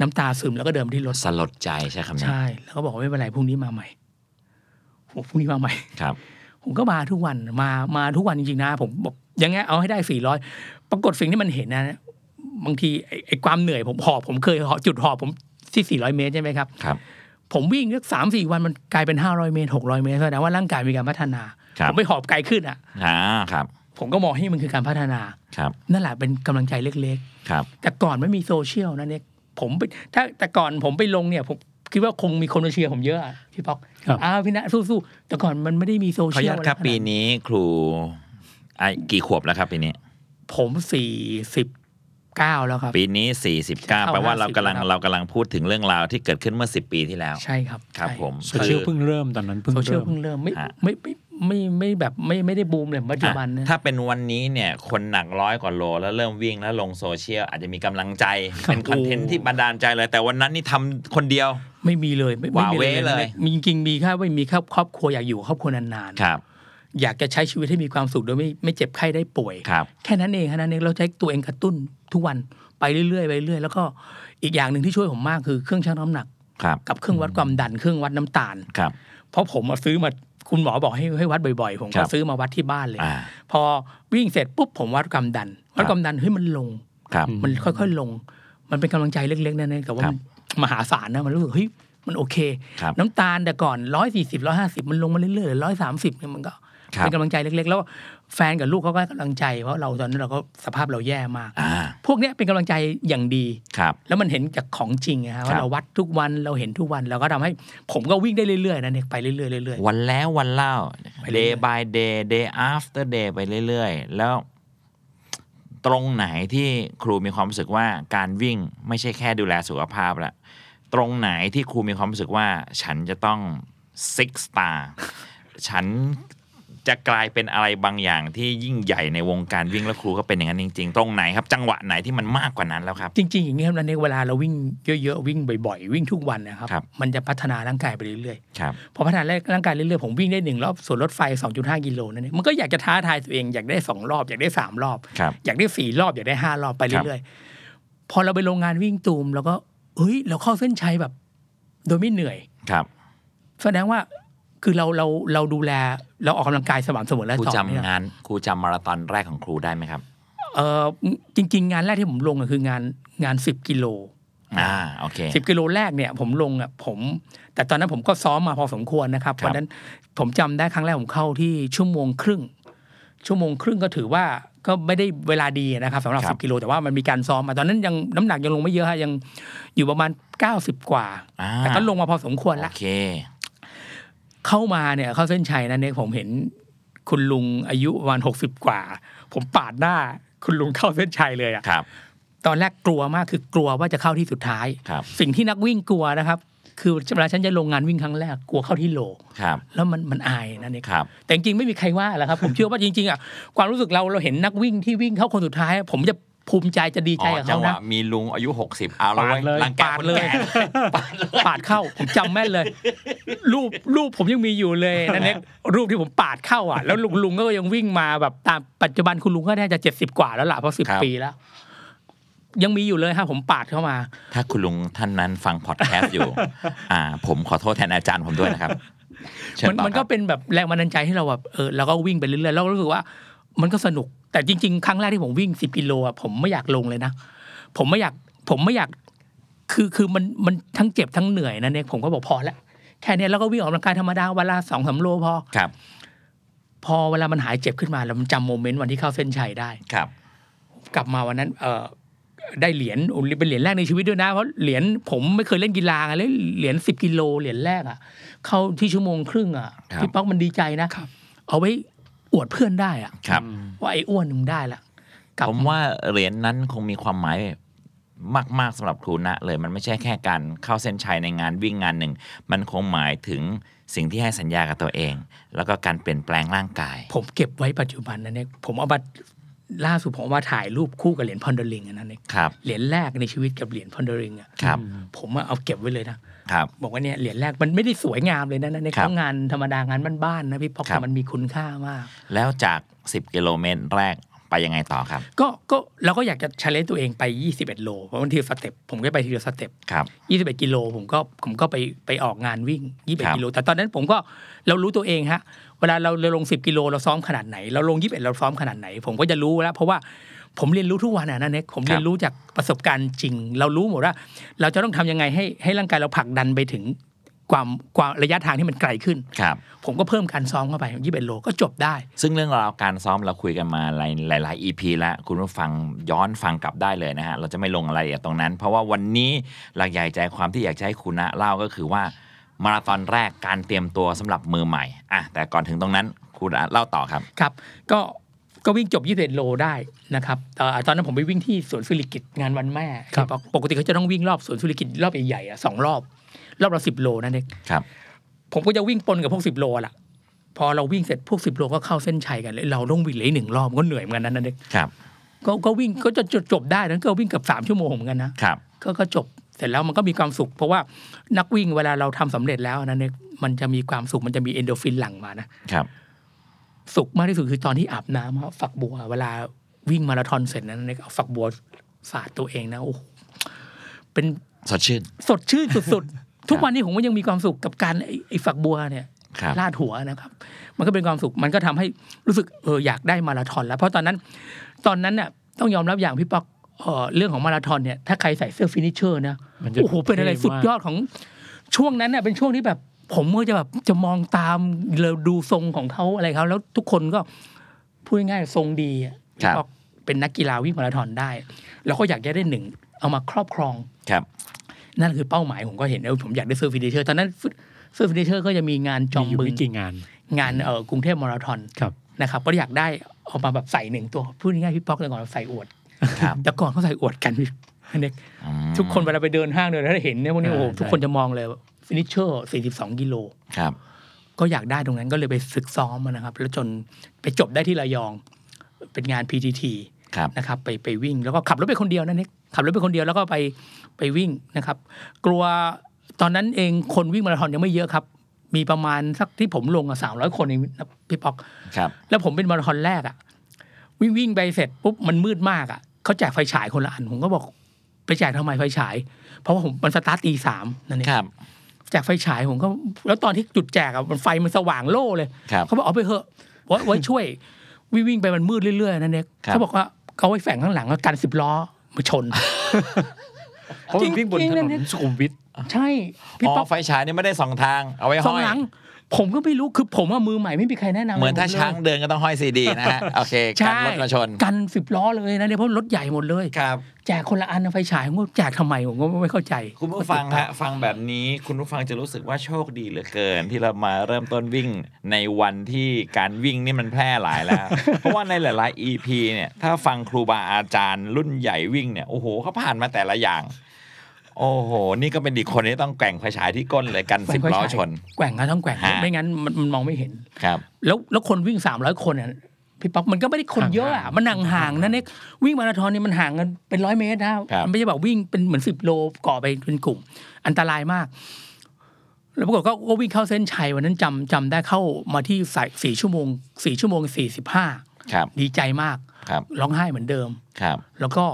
[SPEAKER 5] น้ำตาซึมแล้วก็เดินไปที่รถ
[SPEAKER 3] สลดใจใช่คำนี้
[SPEAKER 5] ใช่ แล้วก็บอกว่าไม่เป็นไรพรุ่งนี้มาใหม่ผมพรุ่งนี้มาใหม่
[SPEAKER 3] ครับ
[SPEAKER 5] ผมก็มาทุกวันมามาทุกวันจริงๆนะ ผมบอกยังไงเอาให้ได้สี่ร้อยปรากฏสิ่งที่มันเห็นนะ บางทีไอ้ไอ้ความเหนื่อยผมหอบผมเคยหอบจุดหอบผมที่สี่ร้อยเมตรใช่ไหมครับ
[SPEAKER 3] ครับ
[SPEAKER 5] ผมวิ่งสักสามสี่วันมันกลายเป็นห้าร้อยเมตรหกร้อยเมตรแสดงว่าร่างกายมีการพัฒนา
[SPEAKER 3] ครับ
[SPEAKER 5] ผมไม่หอบไกลขึ้นอ่ะ
[SPEAKER 3] อ่าครับ
[SPEAKER 5] ผมก็มองให้มันคือการพัฒนา
[SPEAKER 3] ครับ
[SPEAKER 5] นั่นแหละเป็นกำลังใจเล็ก ๆ
[SPEAKER 3] ครับ
[SPEAKER 5] แต่ก่อนไม่มีโซเชียลนะเนี่ยผมไปถ้าแต่ก่อนผมไปลงเนี่ยผมคิดว่าคงมีคนมาเชียร์ผมเยอะอะพี่ป๊อก
[SPEAKER 4] ครับ
[SPEAKER 5] อ้าวพี่นะสู้ๆแต่ก่อนมันไม่ได้มีโซ
[SPEAKER 3] ขออนุ
[SPEAKER 5] เชีย
[SPEAKER 3] ญา
[SPEAKER 5] ล
[SPEAKER 3] ตครับ
[SPEAKER 5] อะไรขนาด
[SPEAKER 3] ปีนี้ครูไอ้กี่ขวบแล้วครับปีนี้
[SPEAKER 5] ผมสี่สิบเก้าแล้วครับ
[SPEAKER 3] ปีนี้ 49
[SPEAKER 5] เข้า
[SPEAKER 3] แปลว่าเรากำลัง
[SPEAKER 5] 50แล้วครับ
[SPEAKER 3] เรากำลังพูดถึงเรื่องราวที่เกิดขึ้นเมื่อ 10 ปีที่แล้ว
[SPEAKER 5] ใช่ครับ
[SPEAKER 3] ครับ
[SPEAKER 5] ใช่
[SPEAKER 3] ผม
[SPEAKER 4] โซเชียล
[SPEAKER 3] คือ
[SPEAKER 4] เพิ่งเริ่มตอนนั้นเพิ่ง
[SPEAKER 5] โซเชียล
[SPEAKER 4] เริ่ม
[SPEAKER 5] เพิ่งเริ่มไม่
[SPEAKER 3] ฮะ
[SPEAKER 5] ไม่ไม่ไม่ไม่แบบไม่ไม่ได้บูมเลยปัจจุ
[SPEAKER 3] อ่ะ
[SPEAKER 5] บันนะ
[SPEAKER 3] ถ้าเป็นวันนี้เนี่ยคนหนักร้อยกว่าโล แล้วเริ่มวิ่งแล้วลงโซเชียลอาจจะมีกำลังใจ เป็นคอนเทนต์ที่บันดาลใจเลย แต่วันนั้นนี่ทำคนเดียว
[SPEAKER 5] ไม่มีเลยไม่ไม่มี
[SPEAKER 3] หวาเว้เลย
[SPEAKER 5] มีจริงๆมีแค่ว่ามีแค่ครอบครัวอยากอยู่กับครอบครัวนาน
[SPEAKER 3] ครับ
[SPEAKER 5] ๆอยากจะใช้ชีวิตให้มีความสุขโดยไม่ไม่เจ็บไข้ได้ป่วย
[SPEAKER 3] ครับ
[SPEAKER 5] แค่นั้นเองแค่นั้นเองเราใช้ตัวเองกระตุ้นทุกวันไปเรื่อยๆไปเรื่อยแล้วก็อีกอย่างหนึ่งที่ช่วยผมมากคือเครื่องชั่งน้ำหนัก
[SPEAKER 3] ครับ
[SPEAKER 5] กับเครื่องวัดความดันเครื่องวัดน้ำตาล
[SPEAKER 3] ครับ
[SPEAKER 5] เพราะผมอะซื้อมาคุณหมอบอกให้ให้วัดบ่อยๆ ผม
[SPEAKER 3] ครั
[SPEAKER 5] ก็
[SPEAKER 3] บ
[SPEAKER 5] ซื้อมาวัดที่บ้านเลย
[SPEAKER 3] อ่า
[SPEAKER 5] พอวิ่งเสร็จปุ๊บผมวัดความดัน วั
[SPEAKER 3] ค
[SPEAKER 5] ด
[SPEAKER 3] รับ
[SPEAKER 5] ความดันเฮ้ยมันลง
[SPEAKER 3] ครับ
[SPEAKER 5] มันค่อยๆลง มันเป็นกำลังใจเล็กๆนั่นเองแต่ว่า
[SPEAKER 3] ครับ
[SPEAKER 5] มันมหาศาลนะมันรู้สึกเฮ้ยมันโอเค
[SPEAKER 3] ครับ
[SPEAKER 5] น้ำตาลแต่ก่อนร้อยสี่สิบร้อยห้าสิบมันลงมาเรื่อยๆร้อยสามสิบเนี่ยมันก็
[SPEAKER 3] ครับ
[SPEAKER 5] เป็นกำลังใจเล็กๆ แล้วแฟนกับลูกเขาก็ให้กำลังใจเพราะเราตอนนั้นเราก็สภาพเราแย่มาก
[SPEAKER 3] อ่า
[SPEAKER 5] พวกเนี้ยเป็นกำลังใจอย่างดี
[SPEAKER 3] ครับ
[SPEAKER 5] แล้วมันเห็นจากของจริงนะฮะ
[SPEAKER 3] ครั
[SPEAKER 5] ว่า
[SPEAKER 3] บ
[SPEAKER 5] เราวัดทุกวันเราเห็นทุกวันเราก็ทำให้ผมก็วิ่งได้เรื่อยๆนะเนี่ยไปเรื่อยๆเรื่อย
[SPEAKER 3] วันแล้ววันเล่า
[SPEAKER 5] ไปเรื่อย
[SPEAKER 3] day by day day after day ไปเรื่อยๆ แล้วตรงไหนที่ครูมีความรู้สึกว่าการวิ่งไม่ใช่แค่ดูแลสุขภาพละตรงไหนที่ครูมีความรู้สึกว่า ฉันจะต้อง six star ฉันจะกลายเป็นอะไรบางอย่างที่ยิ่งใหญ่ในวงการวิ่งแล้วครูก็เป็นอย่างนั้นจริงๆ ตรงไหนครับ จังหวะไหนที่มันมากกว่านั้นแล้วครับ
[SPEAKER 5] ๆจริง ๆ อย่างนี้ครับแล้วในเวลาเราวิ่งเยอะๆวิ่งบ่อย ๆ วิ่งทุกวันนะครับ
[SPEAKER 3] ครับ
[SPEAKER 5] มันจะพัฒนาร่างกายไปเรื่อยๆ
[SPEAKER 3] ครับ
[SPEAKER 5] พอพัฒนาร่างกายเรื่อยๆผมวิ่งได้หนึ่งรอบส่วนรถไฟ 2.5 กิโลนั่นเองมันก็อยากจะท้าทายตัวเองอยากได้สองรอบ อยากได้สามรอบ
[SPEAKER 3] ครับ
[SPEAKER 5] อยากได้สี่รอบ อยากได้ห้ารอบไปเรื่อยๆ พอเราไปโรงงานวิ่งตูมเราก็เฮ้ย เราเข้าเส้นชัยแบบ โดยไม่เหนื่อย
[SPEAKER 3] ครับ
[SPEAKER 5] แสดงว่าคือเราเราเราดูแลเราออกกำลังกายสม่ำเสมอและ
[SPEAKER 3] ครู
[SPEAKER 5] ต่อเนื่อง
[SPEAKER 3] จำงานครูจำมาราธอนแรกของครูได้ไหมครับ
[SPEAKER 5] เออจริง ๆ งานแรกที่ผมลงอะคืองานงาน 10 กิโล
[SPEAKER 3] อ่าโอเค
[SPEAKER 5] สิบกิโลแรกเนี่ยผมลงอ่ะผม แต่ตอนนั้นผมก็ซ้อมมาพอสมควรนะครับ
[SPEAKER 3] ครั
[SPEAKER 5] วั
[SPEAKER 3] บ
[SPEAKER 5] นนั้นผมจำได้ครั้งแรกผมเข้าที่ชั่วโมงครึ่ง ชั่วโมงครึ่งก็ถือว่าก็ไม่ได้เวลาดีนะครับสำหรับ
[SPEAKER 3] ครับ
[SPEAKER 5] สิบกิโลแต่ว่ามันมีการซ้อมมาตอนนั้นยังน้ำหนักยังลงไม่เยอะฮะยังอยู่ประมาณ 90 กว่า
[SPEAKER 3] อ่า
[SPEAKER 5] แต่ก็ลงมาพอสมควร
[SPEAKER 3] โอ
[SPEAKER 5] ละ
[SPEAKER 3] เค
[SPEAKER 5] เข้ามาเนี่ยเข้าเส้นชัยนั้นเนี่ยผมเห็นคุณลุงอายุประมาณ60 กว่า ผมปาดหน้าคุณลุงเข้าเส้นชัยเลยอ่ะ
[SPEAKER 3] ครับ
[SPEAKER 5] ตอนแรกกลัวมากคือกลัวว่าจะเข้าที่สุดท้าย
[SPEAKER 3] ครับ
[SPEAKER 5] สิ่งที่นักวิ่งกลัวนะครับ คือเวลาฉันจะลงงานวิ่งครั้งแรกกลัวเข้าที่โหล
[SPEAKER 3] ครับ
[SPEAKER 5] แล้วมันมันอายนะเนี่ย
[SPEAKER 3] ครับ
[SPEAKER 5] แต่จริงๆไม่มีใครว่าหรอกครับ ผมเชื่อว่าจริงๆอ่ะความรู้สึกเราเราเห็นนักวิ่งที่วิ่งเข้าคนสุดท้าย ผมจะภูมิใจจะดีใจ
[SPEAKER 3] อ๋อ
[SPEAKER 5] กับ
[SPEAKER 3] จัง
[SPEAKER 5] เขา
[SPEAKER 3] หวะ
[SPEAKER 5] นะ
[SPEAKER 3] มีลุงอายุ 60 เอาแล้ว
[SPEAKER 4] ปา
[SPEAKER 3] เว้
[SPEAKER 4] ด
[SPEAKER 3] ย
[SPEAKER 4] เลย
[SPEAKER 3] รังแก
[SPEAKER 5] ปาด
[SPEAKER 3] คน
[SPEAKER 5] เลย
[SPEAKER 3] แก่ปาดเลย
[SPEAKER 5] ปาดเข้าผมจำแม่นเลย รูปรูปผมยังมีอยู่เลยนั่นเองรูปที่ผมปาดเข้าอ่ะแล้วลุงลุงก็ยังวิ่งมาแบบตามปัจจุบันคุณลุงก็น่าจะเจ็ดสิบกว่าแล้วล่ะเพราะสิบ
[SPEAKER 3] ครับ
[SPEAKER 5] ปีแล้ว ยังมีอยู่เลยฮะผมปาดเข้ามา
[SPEAKER 3] ถ้าคุณลุงท่านนั้นฟังพอดแคสต์อยู่ อ่า ผมขอโทษแทนอาจารย์ผมด้วยนะครับเชิญ
[SPEAKER 5] มัน
[SPEAKER 3] ต่อ
[SPEAKER 5] มัน
[SPEAKER 3] ค
[SPEAKER 5] ก็
[SPEAKER 3] รับ
[SPEAKER 5] เป็นแบบแรงบันดาลใจให้เราแบบเออเราก็วิ่งไปเรื่อยๆแล้วรู้สึกว่า มันก็สนุกแต่จริง ๆ ครั้งแรกที่ผมวิ่งสิบกิโลอ่ะผมไม่อยากลงเลยนะ ผมไม่อยากผมไม่อยากคือคือมันมันทั้งเจ็บทั้งเหนื่อยนะเนี่ยผมก็บอกพอแล้วแค่เนี้ยแล้วก็วิ่งออกกำลังกายธรรมดาวันละสองสามโลพอ
[SPEAKER 3] ครับ
[SPEAKER 5] พอเวลามันหายเจ็บขึ้นมาแล้วมันจำโมเมนต์วันที่เข้าเส้นชัยได้
[SPEAKER 3] ครับ
[SPEAKER 5] กลับมาวันนั้น เออได้เหรียญโอ้เป็นเหรียญแรกในชีวิตด้วยนะ เพราะเหรียญผมไม่เคยเล่นกีฬาไงเลยเหรียญสิบกิโลเหรียญแรกอ่ะ เข้าที่ชั่วโมงครึ่งอ่ะ
[SPEAKER 3] ครับ
[SPEAKER 5] พี่ป๊อกมันดีใจนะเอาไว้อวดเพื่อนได้อ่ะ
[SPEAKER 3] ครับ
[SPEAKER 5] ว่าไอ้อ้วนมึงได้ละกลับ
[SPEAKER 3] ผมว่าเหรียญนั้นคงมีความหมายมาก ๆสำหรับครูณะเลยมันไม่ใช่แค่การเข้าเส้นชัยในงานวิ่งงานหนึ่ง มันคงหมายถึงสิ่งที่ให้สัญญากับตัวเอง แล้วก็การเปลี่ยนแปลงร่างกาย
[SPEAKER 5] ผมเก็บไว้ปัจจุบันนะเนี่ยผมเอามาล่าสุดผมเอามาถ่ายรูปคู่กับเหรียญพอนเดอร์ลิงอันนั้นเนี่ย
[SPEAKER 3] ครับ
[SPEAKER 5] เหรียญแรกในชีวิตกับเหรียญพอนเดอร์ลิงอ่ะ
[SPEAKER 3] ครับ
[SPEAKER 5] ผมอะเอาเก็บไว้เลยนะ
[SPEAKER 3] ครับ
[SPEAKER 5] บอกว่าเนี่ยเหรียญแรกมันไม่ได้สวยงามเลยนะใน
[SPEAKER 3] ครับ
[SPEAKER 5] ข้งงานธรรมดางานบ้านๆนะพี่ป๊อก
[SPEAKER 3] ครั
[SPEAKER 5] แต่
[SPEAKER 3] บ
[SPEAKER 5] มันมีคุณค่ามาก
[SPEAKER 3] แล้วจาก 10 กิโลเมตรแรกไปยังไงต่อครับ
[SPEAKER 5] ก็ก็เราก็อยากจะช l เลนตัวเองไป 21 โลเพราะบางทีสเต็ปผมก็ไปทีละสเต็ป
[SPEAKER 3] ครับ
[SPEAKER 5] 21 กิโลผมก็ผมก็ไปไปออกงานวิ่ง
[SPEAKER 3] ครับ
[SPEAKER 5] 21 กิโล แต่ตอนนั้นผมก็เรารู้ตัวเองฮะ เวลาเราเราลง 10 กิโลเราซ้อมขนาดไหน เราลง 21 เราซ้อมขนาดไหน ผมก็จะรู้แล้ว เพราะว่าผมเรียนรู้ทุกวันอะนะเน็กผมเรียนรู้จากประสบการณ์จริง เรารู้หมดว่า เราจะต้องทำยังไงให้ให้ร่างกายเราผลักดันไปถึงความความระยะทางที่มันไกลขึ้น
[SPEAKER 3] ครับ
[SPEAKER 5] ผมก็เพิ่มการซ้อมเข้าไป21โลก็จบได้
[SPEAKER 3] ซึ่งเรื่องราวการซ้อมเราคุยกันมาหลายหลาย ๆ EP แล้วคุณผู้ฟังย้อนฟังกลับได้เลยนะฮะ เราจะไม่ลงรายละเอียดตรงนั้น เพราะว่าวันนี้หลักใหญ่ใจความที่อยากจะให้คุณณะเล่าก็คือว่า มาราธอนแรกการเตรียมตัวสำหรับมือใหม่อ่ะแต่ก่อนถึงตรงนั้นคุณณะเล่าต่อครับ
[SPEAKER 5] ครับก็ก็วิ่งจบ 21 โลได้นะครับเอ่อตอนนั้นผมไปวิ่งที่สวนสุริกิตงานวันแม่
[SPEAKER 4] ครับ
[SPEAKER 5] ปกติเขาจะต้องวิ่งรอบสวนสุริกิตรอบใหญ่ๆอ่ะสองรอบ รอบละสิบโลนั่นเอง
[SPEAKER 3] ครับ
[SPEAKER 5] ผมก็จะวิ่งปนกับพวกสิบโลล่ะ พอเราวิ่งเสร็จพวกสิบโลก็เข้าเส้นชัยกันเลยเราต้องวิ่งเหลืออีกหนึ่งรอบก็เหนื่อยเหมือนกันนะนั่นเอง
[SPEAKER 3] ครับ
[SPEAKER 5] ก็ก็วิ่งก็จะจบจบได้นั้นก็วิ่งเกับสามชั่วโมงเหมือนกันนะครับ ก็ก็จบเสร็จแล้วมันก็มีความสุข เพราะว่านักวิ่งเวลาเราทำสำเร็จแล้วนั่นเองมันจะมีความสุขมันจะมีเอนโดรฟินหลั่งมานะ
[SPEAKER 3] ครับ
[SPEAKER 5] สุขมากที่สุดคือตอนที่อาบน้ำอะฝักบัว เวลาวิ่งมาราธอนเสร็จนะเนกเอาฝักบัวสาดตัวเองนะโอ้โหเป็น
[SPEAKER 3] สดชื่น
[SPEAKER 5] สดชื่นสุดๆ ทุกวันนี้ผมก็ยังมีความสุขกับการไอ้ไอ้ฝักบัวเนี่ย
[SPEAKER 3] ครับ
[SPEAKER 5] ลาดหัวนะครับ มันก็เป็นความสุขมันก็ทำให้รู้สึกเอออยากได้มาราธอนแล้ว เพราะตอนนั้น ตอนนั้นน่ะต้องยอมรับอย่างพี่ป๊อกเอ่อเรื่องของมาราธอนเนี่ยถ้าใครใส่เสื้อฟินิชเชอร์นะ
[SPEAKER 4] มันจะ
[SPEAKER 5] โอ้โหเป็นอะไร
[SPEAKER 4] เท่มาก
[SPEAKER 5] สุดยอดของช่วงนั้นน่ะเป็นช่วงที่แบบ ผมก็จะแบบจะมองตามเราดูทรงของเขาอะไรเขาแล้วทุกคนก็พูดง่ายๆทรงดีอะ
[SPEAKER 3] ครับ
[SPEAKER 5] บอกเป็นนักกีฬาวิ่งมาราธอนได้ แล้วก็อยากจะได้หนึ่งเอามาครอบครอง
[SPEAKER 3] ครับ
[SPEAKER 5] นั่นคือเป้าหมายผมก็เห็นแล้วผมอยากได้เสื้อฟินิเชอร์ตอนนั้นเสื้อฟินิเชอร์ก็จะมีงานจอ
[SPEAKER 4] มี
[SPEAKER 5] ม
[SPEAKER 4] อยู่
[SPEAKER 5] บึง
[SPEAKER 4] ไม่กี่งาน
[SPEAKER 5] งานเออกรุงเทพมาราธอน
[SPEAKER 4] ครับ
[SPEAKER 5] นะครับก็อยากได้เอามาแบบใส่หนึ่งตัวพูดง่ายๆพี่ป๊อกแต่ก่อนใส่อวด
[SPEAKER 3] ครับ
[SPEAKER 5] แต่ก่อนเขาใส่อวดกันพี่เน็ก
[SPEAKER 3] อืม
[SPEAKER 5] ทุกคนเวลาไปเดินห้างเดินแล้วเห็นเนี่ยพวกนี้โอ้โห
[SPEAKER 4] อ่า
[SPEAKER 5] ทุก
[SPEAKER 4] ใช่
[SPEAKER 5] คนจะมองเลยฟินิชเชอร์42กิโล
[SPEAKER 3] ครับ
[SPEAKER 5] ก็อยากได้ตรงนั้นก็เลยไปฝึกซ้อมมานะครับ แล้วจนไปจบได้ที่ระยอง เป็นงาน PTT
[SPEAKER 3] ครับ
[SPEAKER 5] นะครับไปไปวิ่งแล้วก็ขับรถไปคนเดียวนั่นเองขับรถไปคนเดียวแล้วก็ไปไปวิ่งนะครับ กลัวตอนนั้นเองคนวิ่งมาราธอนยังไม่เยอะครับ มีประมาณสักที่ผมลงสามร้อยคนเองนะพี่ป๊อก
[SPEAKER 3] ครับ
[SPEAKER 5] แล้วผมเป็นมาราธอนแรกอะวิ่งวิ่งไปเสร็จปุ๊บมันมืดมากอะเขาแจกไฟฉายคนละอันผมก็บอกไปแจกทำไมไฟฉาย เพราะว่าผมมันสตาร์ทตีสามนั่นเอง
[SPEAKER 3] ครับ
[SPEAKER 5] แจกไฟฉายผมก็ แล้วตอนที่จุดแจกอะมันไฟมันสว่างโล่เลย
[SPEAKER 3] ครับ
[SPEAKER 5] เขาบอกเอาไปเถอะไว้ไว้ช่วย วิ่งวิ่งไปมันมืดเรื่อยๆนั่นเอง
[SPEAKER 3] ครับ
[SPEAKER 5] เขาบอกว่าเขาไว้แฝงข้างหลังแล้วกันสิบล้อมาชน
[SPEAKER 4] เพราะมันวิ่งบน
[SPEAKER 5] จริ
[SPEAKER 4] ถ
[SPEAKER 5] งๆนั่
[SPEAKER 4] น
[SPEAKER 5] นเนี่
[SPEAKER 4] น
[SPEAKER 5] ย
[SPEAKER 4] สุขุมวิท
[SPEAKER 5] ใช่พี่
[SPEAKER 3] อ๋
[SPEAKER 5] ป๊
[SPEAKER 3] อ
[SPEAKER 5] อก
[SPEAKER 3] ไฟฉายเนี่ยไม่ได้สองทาง เอาไว้
[SPEAKER 5] ส
[SPEAKER 3] ห้
[SPEAKER 5] อง
[SPEAKER 3] อย
[SPEAKER 5] หลัง ผมก็ไม่รู้คือผมว่ามือใหม่ไม่มีใครแนะนำ
[SPEAKER 3] เหมือนถ้า
[SPEAKER 5] ผลย
[SPEAKER 3] ช้างเดินก็ต้องห้อยซีดีนะ ฮะ โอเคกัน
[SPEAKER 5] ใช่
[SPEAKER 3] รถมาชน
[SPEAKER 5] กันสิบล้อเลยนะเนี่ยเพราะรถใหญ่หมดเลย
[SPEAKER 3] ครับ
[SPEAKER 5] แจกคนละอันนะไฟฉายผมก็แจกทำไมผมก็ไม่เข้าใจ
[SPEAKER 3] คุณผู้ฟังฮะฟังแบบนี้คุณผู้ฟังจะรู้สึกว่าโชคดีเหลือเกิน ที่เรามาเริ่มต้นวิ่งในวันที่การวิ่งนี่มันแพร่หลายแล้ว เพราะว่าในหลาย ๆ EP เนี่ยถ้าฟังครูบาอาจารย์รุ่นใหญ่วิ่งเนี่ยโอ้โหเขาผ่านมาแต่ละอย่าง โอ้โห นี่ก็เป็นอีกคนที่ต้องแกว่งไฟฉายที่ก้นเลยกันสิบล้อชน
[SPEAKER 5] แกว่งก็ต้องแกว่ง
[SPEAKER 3] ฮะ
[SPEAKER 5] ไม่งั้นมันมันมองไม่เห็น
[SPEAKER 3] ครับ
[SPEAKER 5] แล้วแล้วคนวิ่ง 300 คนอ่ะพี่ป๊อกมันก็ไม่ได้คนเยอะอ่ะ
[SPEAKER 4] ห่างๆ
[SPEAKER 5] มันห่างๆนะเนี่ยวิ่งมาราธอนเนี่ยมันห่างกันเป็นร้อยเมตรนะมันไม่ใช่แบบวิ่งเป็นเหมือนสิบโลก่อไปเป็นกลุ่ม อันตรายมาก แล้วปรากฏก็ก็วิ่งเข้าเส้นชัยวันนั้นจำจำได้เข้ามาที่สายสี่ชั่วโมงสี่ชั่วโมงสี่สิบห้า
[SPEAKER 3] ครับ
[SPEAKER 5] ดีใจมาก
[SPEAKER 3] ครับ
[SPEAKER 5] ร้องไห้เหมือนเดิม
[SPEAKER 3] ครับ
[SPEAKER 5] แล้วก็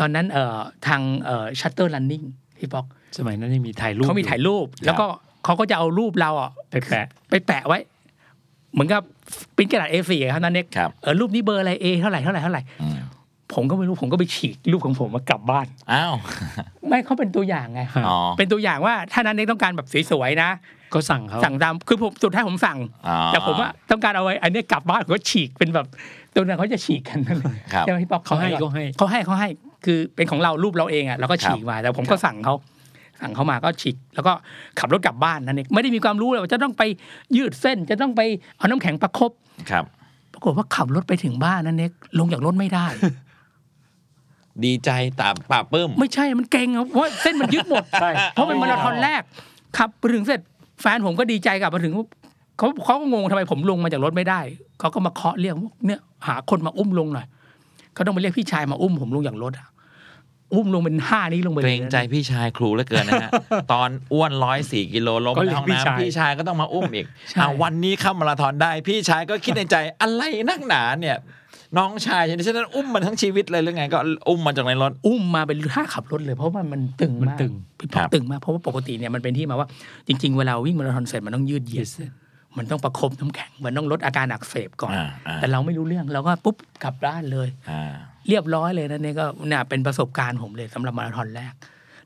[SPEAKER 5] ตอนนั้นเอ่อทางเอ่อชัตเตอร์ลันนิ่งพี่ป๊อก
[SPEAKER 4] สมัยนั้นยังมีถ่ายรูป
[SPEAKER 5] เขามีถ่ายรูป แล้วก็เขาก็จะเอารูปเราอ่ะ
[SPEAKER 4] ไปแปะ
[SPEAKER 5] ไปแปะไว้ เหมือนกับปริ้นกระดาษ A4 อะครับนั่นเอง
[SPEAKER 3] ครับ
[SPEAKER 5] เออรูปนี้เบอร์อะไร A เท่าไหร่เท่าไหร่เท่าไหร่
[SPEAKER 3] อืม
[SPEAKER 5] ผมก็ไม่รู้ผมก็ไปฉีกรูปของผมมากลับบ้าน
[SPEAKER 3] อ้าว
[SPEAKER 5] ไม่เขาเป็นตัวอย่างไง
[SPEAKER 4] ครับ
[SPEAKER 3] อ๋อ
[SPEAKER 5] เป็นตัวอย่างว่าถ้านั้นเองต้องการแบบสวยๆนะ
[SPEAKER 4] ก็สั่งเขา
[SPEAKER 5] สั่งตามคือผมสุดท้ายผมสั่ง
[SPEAKER 3] อ๋อ
[SPEAKER 5] แต่ผมว่าต้องการเอาไว้อันเนี้ยกลับบ้านผมก็ฉีกเป็นแบบตัวนั้นเขาจะฉีกกันนั่นเอง
[SPEAKER 3] ครับ
[SPEAKER 5] ใช่ไหมพี่ป๊อก
[SPEAKER 4] เขาให้
[SPEAKER 5] อร่อย
[SPEAKER 4] ก็ให้
[SPEAKER 5] เขาให้เขาให้คือเป็นของเรารูปเราเองอ่ะเราก็ฉีกมาแต่ผมก็สั่งเขาสั่งเขามาก็ฉีกแล้วก็ขับรถกลับบ้านนั่นเองไม่ได้มีความรู้เลยว่าจะต้องไปยืดเส้นจะต้องไปเอาน้ำแข็งประคบ
[SPEAKER 3] ครับ
[SPEAKER 5] ปรากฏว่าขับรถไปถึงบ้านนั่นเองลงจากรถไม่ได้
[SPEAKER 3] ดีใจตามป่าปลื้ม
[SPEAKER 5] ไม่ใช่มันเก่งครับเพราะว่าเส้นมันยึดหมด
[SPEAKER 4] ใช่
[SPEAKER 5] เพราะเป็นมาราธอนแรกขับไปถึงเสร็จแฟนผมก็ดีใจกลับมาถึงเขาเขาก็งงทำไมผมลงมาจากรถไม่ได้เขาก็มาเคาะเรียกเนี่ยหาคนมาอุ้มลงหน่อยเขาต้องไปเรียกพี่ชายมาอุ้มผมลงจากรถอะอุ้มลงเป็นห้านี้ลงไปลย
[SPEAKER 3] เกรงใจพี่ชายครูเหลือเกินนะฮะ ตอนอ้วนร้อยสี่กิโลล้ม
[SPEAKER 4] ก็
[SPEAKER 3] ใน
[SPEAKER 4] เรียก
[SPEAKER 3] ห้อง
[SPEAKER 4] พี่ชาย
[SPEAKER 3] น้ำพี่ชายก็ต้องมาอุ้มอีกอ่ะวันนี้เข้ามาราธอนได้ พี่ชายก็คิดในใจ อะไรนักหนาเนี่ย น้องชายฉันฉะนั้นอุ้มมันทั้งชีวิตเลยหรือไงก็อุ้มมันจากในรถ
[SPEAKER 5] อุ้มมาเป็นท่าขับรถเลยเพราะว่ามันตึง
[SPEAKER 4] มัน
[SPEAKER 5] มาก
[SPEAKER 4] ตึง
[SPEAKER 5] พี่
[SPEAKER 3] ค
[SPEAKER 5] ป๊
[SPEAKER 3] รั
[SPEAKER 5] อบ กตึงมากเพราะว่าปกติเนี่ยมันเป็นที่มาว่า จริง ๆ เวลาวิ่งมาราธอนเสร็จมันต้องยืดเหยียดมันต้องประคบน้ำแข็งมันต้องลดอาการอักเสบก่อน
[SPEAKER 3] อ่าอ่า
[SPEAKER 5] แต่เราไม่รู้เรื่องเราก็ปุ๊บกลับบ้านเลย
[SPEAKER 3] อ่า
[SPEAKER 5] เรียบร้อยเลยนะเนี่ยก็เนี่ยเป็นประสบการณ์ผมเลยสำหรับมาราธอนแรก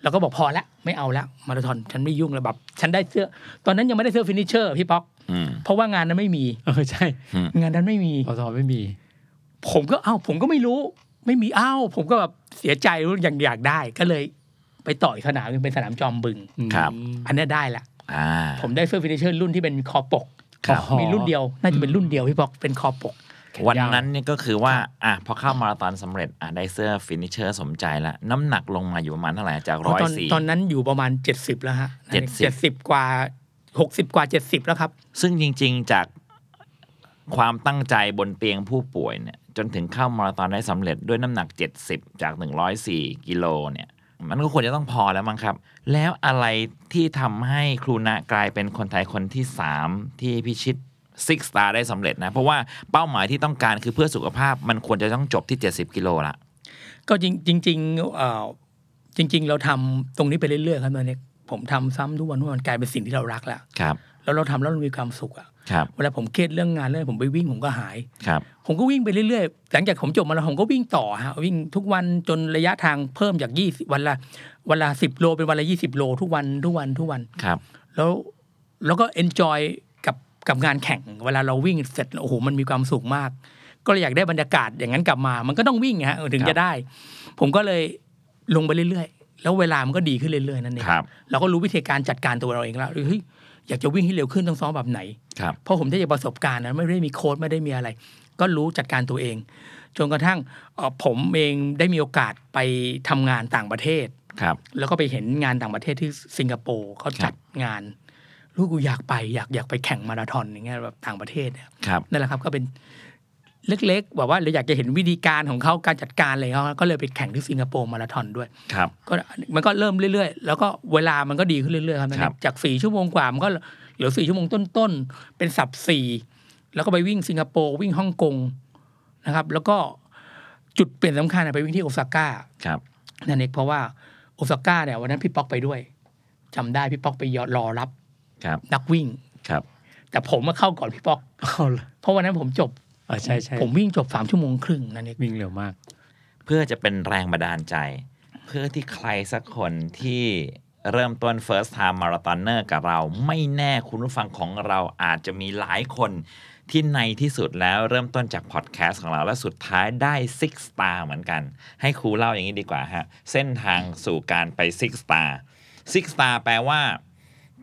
[SPEAKER 5] แล้วก็บอกพอละไม่เอาละมาราธอนฉันไม่ยุ่งแล้วแบบฉันได้เสื้อ ตอนนั้นยังไม่ได้เสื้อฟินิชเชอร์พี่ป๊อก
[SPEAKER 3] อืม
[SPEAKER 5] เพราะว่างานนั้นไม่มี
[SPEAKER 4] เออใช่
[SPEAKER 5] งานนั้นไม่มี
[SPEAKER 4] ปตทไม่มี
[SPEAKER 5] ผมก็เอ้าผมก็ไม่รู้ ไม่มีเอ้าผมก็แบบเสียใจรู้อย่างอยากได้ก็เลย ไปต่ออีกสนามหนึงเป็นสนามจอมบึง
[SPEAKER 3] ครับ
[SPEAKER 5] อันเนี้ยได้ละ
[SPEAKER 3] อ่า
[SPEAKER 5] ผมได้เสื้อฟินิชเชอร์รุ่นที่เป็นคอปก
[SPEAKER 4] ครับ
[SPEAKER 5] มีรุ่นเดียวน่าจะเป็นรุ่นเดียวพี่บอกเป็นคอปก
[SPEAKER 3] วันนั้นเนี่ยก็คือว่าอ่ะพอเข้ามาราธอนสำเร็จอ่ะได้เสื้อฟินิชเชอร์สมใจละน้ำหนักลงมาอยู่ประมาณเท่าไหร่จากร้อย
[SPEAKER 5] ตอน
[SPEAKER 3] สี่
[SPEAKER 5] ตอนนั้นอยู่ประมาณ 70 แล้วฮะ
[SPEAKER 3] 70
[SPEAKER 5] บกว่า 60 กว่า 70 แล้วครับ
[SPEAKER 3] ซึ่งจริงๆจากความตั้งใจบนเตียงผู้ป่วยเนี่ยจนถึงเข้ามาราธอนได้สำเร็จด้วยน้ำหนัก 70 จาก 104 กิโลเนี่ย มันก็ควรจะต้องพอแล้วมั้งครับ แล้วอะไรที่ทำให้ครูณะกลายเป็นคนไทยคนที่ 3 ที่พิชิต Six Star ได้สำเร็จนะ เพราะว่าเป้าหมายที่ต้องการคือเพื่อสุขภาพมันควรจะต้องจบที่ 70 กิโลละ
[SPEAKER 5] ก็จริงจริงๆเอ่อจริง ๆ เราทำตรงนี้ไปเรื่อยๆครับตอนนี้ผมทำซ้ำทุกวันทุกวันกลายเป็นสิ่งที่เรารักแล้ว
[SPEAKER 3] ครับ
[SPEAKER 5] แล้วเราทำแล้วเรามีความสุขอะ
[SPEAKER 3] ครับ
[SPEAKER 5] เวลาผมเครียดเรื่องงานเรื่องผมไปวิ่งผมก็หาย
[SPEAKER 3] ครับ
[SPEAKER 5] ผมก็วิ่งไปเรื่อยๆ หลังจากผมจบมาแล้วผมก็วิ่งต่อฮะวิ่งทุกวันจนระยะทางเพิ่มจาก20วันละวันละ10โลเป็นวันละ20โลทุกวันทุกวันทุกวัน
[SPEAKER 3] ครับ
[SPEAKER 5] แล้วแล้วก็ enjoy กับกับงานแข่ง เวลาเราวิ่งเสร็จโอ้โหมันมีความสุขมาก ก็เลยอยากได้บรรยากาศอย่างนั้นกลับมา มันก็ต้องวิ่งฮะเออถึง
[SPEAKER 3] ครั
[SPEAKER 5] จะ
[SPEAKER 3] บ
[SPEAKER 5] ได้ ผมก็เลยลงไปเรื่อยๆ แล้วเวลามันก็ดีขึ้นเรื่อยๆนั่นเอง
[SPEAKER 3] ครับ
[SPEAKER 5] เราก็รู้วิธีการจัดการตัวเราเองแล้วเฮ้ยอยากจะวิ่งให้เร็วขึ้นต้องซ้อมแบบไหน
[SPEAKER 3] ครับ
[SPEAKER 5] เพราะผมได้จากประสบการณ์นะไม่ได้มีโค้ดไม่ได้มีอะไร ก็รู้จัดการตัวเองจนกระทั่งเอ่อผมเองได้มีโอกาสไปทำงานต่างประเทศ
[SPEAKER 3] ครับ
[SPEAKER 5] แล้วก็ไปเห็นงานต่างประเทศที่สิงคโปร์เขาจัดงาน ลูกกูอยากไปอยากอยากไปแข่งมาราธอนอย่างเงี้ยแบบต่างประเทศเนี่ย
[SPEAKER 3] ครับ
[SPEAKER 5] นั่นแหละครับก็เป็นเล็กๆแบบว่าเราอยากจะเห็นวิธีการของเขาการจัดการอะไรของเขาก็เลยไปแข่งที่สิงคโปร์มาราธอนด้วย
[SPEAKER 3] ครับ
[SPEAKER 5] ก็มันก็เริ่มเรื่อยๆ แล้วก็เวลามันก็ดีขึ้นเรื่อยๆครับ
[SPEAKER 3] ครับ
[SPEAKER 5] จากสี่ชั่วโมงกว่ามันก็เหลือสี่ชั่วโมงต้นๆ เป็นสับสี่แล้วก็ไปวิ่งสิงคโปร์วิ่งฮ่องกงนะครับ แล้วก็จุดเปลี่ยนสำคัญอะไปวิ่งที่โอซาก้า
[SPEAKER 3] ครับ
[SPEAKER 5] นั่นเองเพราะว่าโอซาก้าเนี่ยวันนั้นพี่ป๊อกไปด้วยจำได้พี่ป๊อกไปรอรับ
[SPEAKER 3] ครับ
[SPEAKER 5] นักวิ่ง
[SPEAKER 3] ครับ
[SPEAKER 5] แต่ผมมาเข้าก่อนพี่ป๊อก
[SPEAKER 4] เอาละ
[SPEAKER 5] เพราะวันนั้นผมจบ
[SPEAKER 4] อ่ะใช่ใช่
[SPEAKER 5] ผมวิ่งจบสามชั่วโมงครึ่งนั่นเอง
[SPEAKER 4] วิ่งเร็วมาก
[SPEAKER 3] เพื่อจะเป็นแรงบันดาลใจ เพื่อที่ใครสักคนที่เริ่มต้น first time marathoner กับเรา ไม่แน่คุณผู้ฟังของเราอาจจะมีหลายคนที่ในที่สุดแล้วเริ่มต้นจากพอดแคสต์ของเรา และสุดท้ายได้ six star เหมือนกัน ให้ครูเล่าอย่างนี้ดีกว่าฮะ เส้นทางสู่การไป six star six star แปลว่า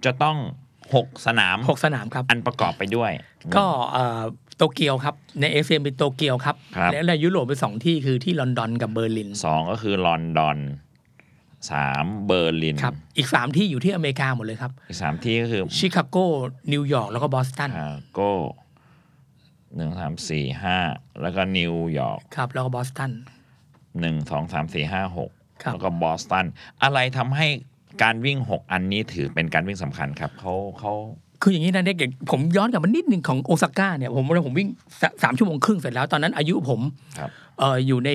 [SPEAKER 3] จะต้อง 6 สนาม
[SPEAKER 5] หกสนามครับ
[SPEAKER 3] อันประกอบไปด้วย
[SPEAKER 5] ก็เอ่อโตเกียวครับ ในเอเชียเป็นโตเกียวครับ
[SPEAKER 3] ครับ
[SPEAKER 5] และในยุโรปเป็นสองที่คือที่ลอนดอนกับเบอร์ลิน
[SPEAKER 3] สองก็คือลอนดอนสามเบอร์ลิน
[SPEAKER 5] ครับอีกสามที่อยู่ที่อเมริกาหมดเลยครับ
[SPEAKER 3] อีกสามที่ก็คือ
[SPEAKER 5] ชิคาโกนิวยอร์กแล้วก็บอสตัน
[SPEAKER 3] ชิคาโกหนึ่งสามสี่ห้าแล้วก็นิวยอร์ก
[SPEAKER 5] ครับแล้วก็บอสตัน
[SPEAKER 3] หนึ่งสองสามสี่ห้าหก
[SPEAKER 5] ครับ
[SPEAKER 3] แล้วก็บอสตัน อะไรทำให้การวิ่งหกอันนี้ถือเป็นการวิ่งสำคัญครับเขาเขา
[SPEAKER 5] คืออย่างนี้นะเด็กๆผมย้อนกลับมานิดนึงของโอซาก้าเนี่ยผมว่าผมวิ่งสะสามชั่วโมงครึ่งเสร็จแล้วตอนนั้นอายุผม
[SPEAKER 3] ครับ
[SPEAKER 5] เอ่ออยู่ใน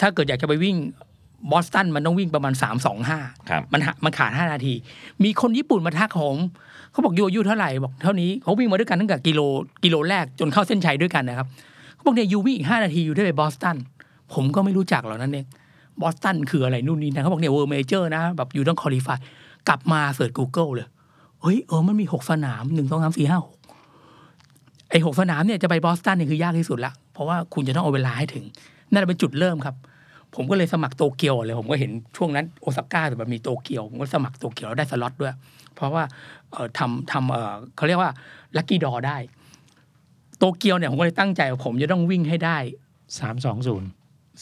[SPEAKER 5] ถ้าเกิดอยากจะไปวิ่งบอสตันมันต้องวิ่งประมาณ 3 2 5
[SPEAKER 3] ครับ
[SPEAKER 5] มันหามันขาดห้านาที มีคนญี่ปุ่นมาทักผมเขาบอกยูอายุเท่าไหร่บอกเท่านี้เขาวิ่งมาด้วยกันตั้งแต่กิโลกิโลแรกจนเข้าเส้นชัยด้วยกันนะครับเขาบอกเนี่ยยูวิ่งอีกห้านาทียูได้ไปบอสตันผมก็ไม่รู้จักหรอกนั่นเองบอสตันคืออะไรนู่นนี่นะเขาบอกเนี่ยเวอร์เมเจอร์นะแบบยูต้องคอลี่ฟายกลับมาเสิร์ช Google เลยเฮ้ยเออมันมีหกสนามหนึ่งสองสามสี่ห้าหกไอหกสนามเนี่ยจะไปบอสตันเนี่ยคือยากที่สุดละเพราะว่าคุณจะต้องเอาเวลาให้ถึงนั่นเป็นจุดเริ่มครับ ผมก็เลยสมัครโตเกียวเลย ผมก็เห็นช่วงนั้นโอซาก้าแต่แบบมีโตเกียว ผมก็สมัครโตเกียวแล้วได้สล็อตด้วย เพราะว่าเอ่อทำทำเอ่อเขาเรียกว่าลัคกี้ดอได้ โตเกียวเนี่ยผมก็เลยตั้งใจว่าผมจะต้องวิ่งให้ได้
[SPEAKER 4] 320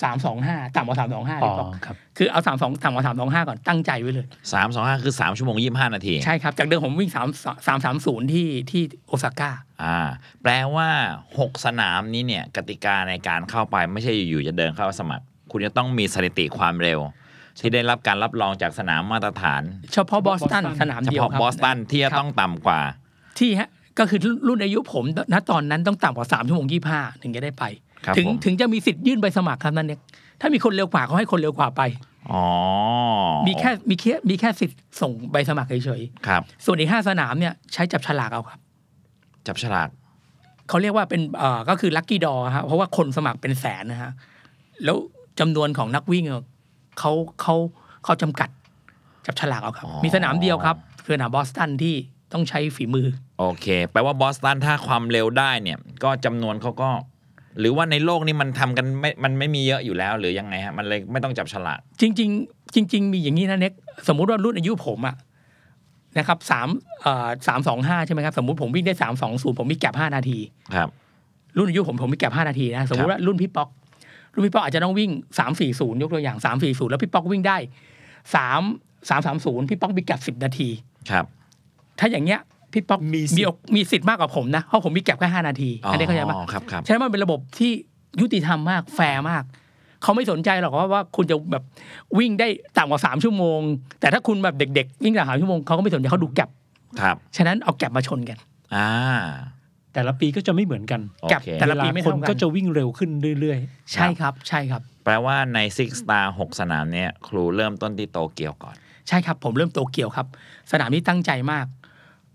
[SPEAKER 5] สามสองห้าต่ำกว่าสามสองห้า
[SPEAKER 4] อ๋อครับ
[SPEAKER 5] คือเอาสามสองต่ำกว่าสามสองห้าก่อนตั้งใจไว้เลย
[SPEAKER 3] สามสองห้าคือสามชั่วโมงยี่ห้านาที
[SPEAKER 5] ใช่ครับ จากเดิมผมวิ่งสามสามสามศูนย์ที่ที่โอซาก้า
[SPEAKER 3] อ่า แปลว่าหกสนามนี้เนี่ย กติกาในการเข้าไปไม่ใช่อยู่ๆจะเดินเข้าสมัคร คุณจะต้องมีสถิติความเร็ว ที่ได้รับการรับรองจากสนามมาตรฐาน
[SPEAKER 5] เฉพาะบอสตัน
[SPEAKER 4] Boston
[SPEAKER 5] สนาม
[SPEAKER 3] เฉ
[SPEAKER 5] เดียว
[SPEAKER 3] พาะ
[SPEAKER 5] ครับ
[SPEAKER 3] บอสตันที่จะ
[SPEAKER 5] ครับ
[SPEAKER 3] ต้องต่ำกว่า
[SPEAKER 5] ที่ฮะก็คือรุ่นอายุผมณตอนนั้นต้องต่ำกว่า3ชั่วโมง25 ถึงจะได้ไป
[SPEAKER 3] ครับ
[SPEAKER 5] ถึง
[SPEAKER 3] ผม
[SPEAKER 5] ถึงจะมีสิทธิ์ยื่นใบสมัครครับนั่นเนี่ยถ้ามีคนเร็วกว่าเขาให้คนเร็วกว่าไป
[SPEAKER 3] อ๋อ
[SPEAKER 5] มีแค่มีแค่มีแค่สิทธิ์ส่งใบสมัครเฉย
[SPEAKER 3] ครับ
[SPEAKER 5] ๆส่วนอีก5สนามเนี่ยใช้จับฉลากเอาครับ
[SPEAKER 3] จับฉลาก
[SPEAKER 5] เขาเรียกว่าเป็นเอ่อก็คือลัคกี้ดอฮะเพราะว่าคนสมัครเป็นแสนนะฮะแล้วจำนวนของนักวิ่งอะเขาเขาเขาจำกัด จับฉลากเอาครับ
[SPEAKER 3] อ๋อ
[SPEAKER 5] มีสนามเดียวครับคือสนามบอสตันที่ต้องใช้ฝีมือ
[SPEAKER 3] โอเค แปลว่าบอสตันถ้าความเร็วได้เนี่ย ก็จำนวนเขาก็ หรือว่าในโลกนี้มันทำกันไม่ มันไม่มีเยอะอยู่แล้ว หรือยังไงฮะ มันเลยไม่ต้องจับฉลาก
[SPEAKER 5] จริง ๆ จริง ๆ มีอย่างนี้นะเน็กสมมุติว่ารุ่นอายุผมอะนะครับสามสามสองห้าใช่ไหมครับ สมมติผมวิ่งได้สามสองศูนย์ผมมีแก็บห้านาที
[SPEAKER 3] ครับ
[SPEAKER 5] รุ่นอายุผมผมมีแก็บห้านาทีนะ สมมติว่ารุ่นพี่ป๊อก รุ่นพี่ป๊อกอาจจะต้องวิ่งสามสี่ศูนย์ยกตัวอย่างสามสี่ศูนย์แล้วพี่ป๊อกวิ่งได้สามสามสามศูนย์พี่ป๊อกมีแก็บสิบนาที
[SPEAKER 3] ครับ
[SPEAKER 5] ถ้าอย่างเงี้ยพี่ป๊อก
[SPEAKER 4] มีสิทธิ์
[SPEAKER 5] โอกมีสิทธิ์มากกว่าผมนะเพราะผมมีแก็บแค่ห้านาที
[SPEAKER 3] อ๋อ
[SPEAKER 5] อันนี้เข้าใจปะ
[SPEAKER 3] ครับครับ
[SPEAKER 5] ใช่มันเป็นระบบที่ยุติธรรมมากแฟร์มาก เขาไม่สนใจหรอกว่าว่าคุณจะแบบวิ่งได้ต่ำกว่าสามชั่วโมง แต่ถ้าคุณแบบเด็กๆ วิ่งต่ำกว่าสามชั่วโมงเขาก็ไม่สนใจเขาดูแก็บ
[SPEAKER 3] ครับ
[SPEAKER 5] ฉะนั้นเอาแก็บมาชนกัน
[SPEAKER 3] อ่า
[SPEAKER 4] แต่ละปีก็จะไม่เหมือนกัน
[SPEAKER 3] โอ
[SPEAKER 5] แก็บ
[SPEAKER 3] เค
[SPEAKER 5] แต่ละปี
[SPEAKER 4] ค
[SPEAKER 5] ไม่เท่าน กัน
[SPEAKER 4] ก็จะวิ่งเร็วขึ้นเรื่อย
[SPEAKER 5] ใช่ครับใช่ครับ
[SPEAKER 3] แปลว่าใน Six Star 6 สนามเนี่ย ครูเริ่มต้นที่โตเกียวก่อน
[SPEAKER 5] ใช่ครับผมเริ่มโตเกียวครับ สนามที่ตั้งใจมาก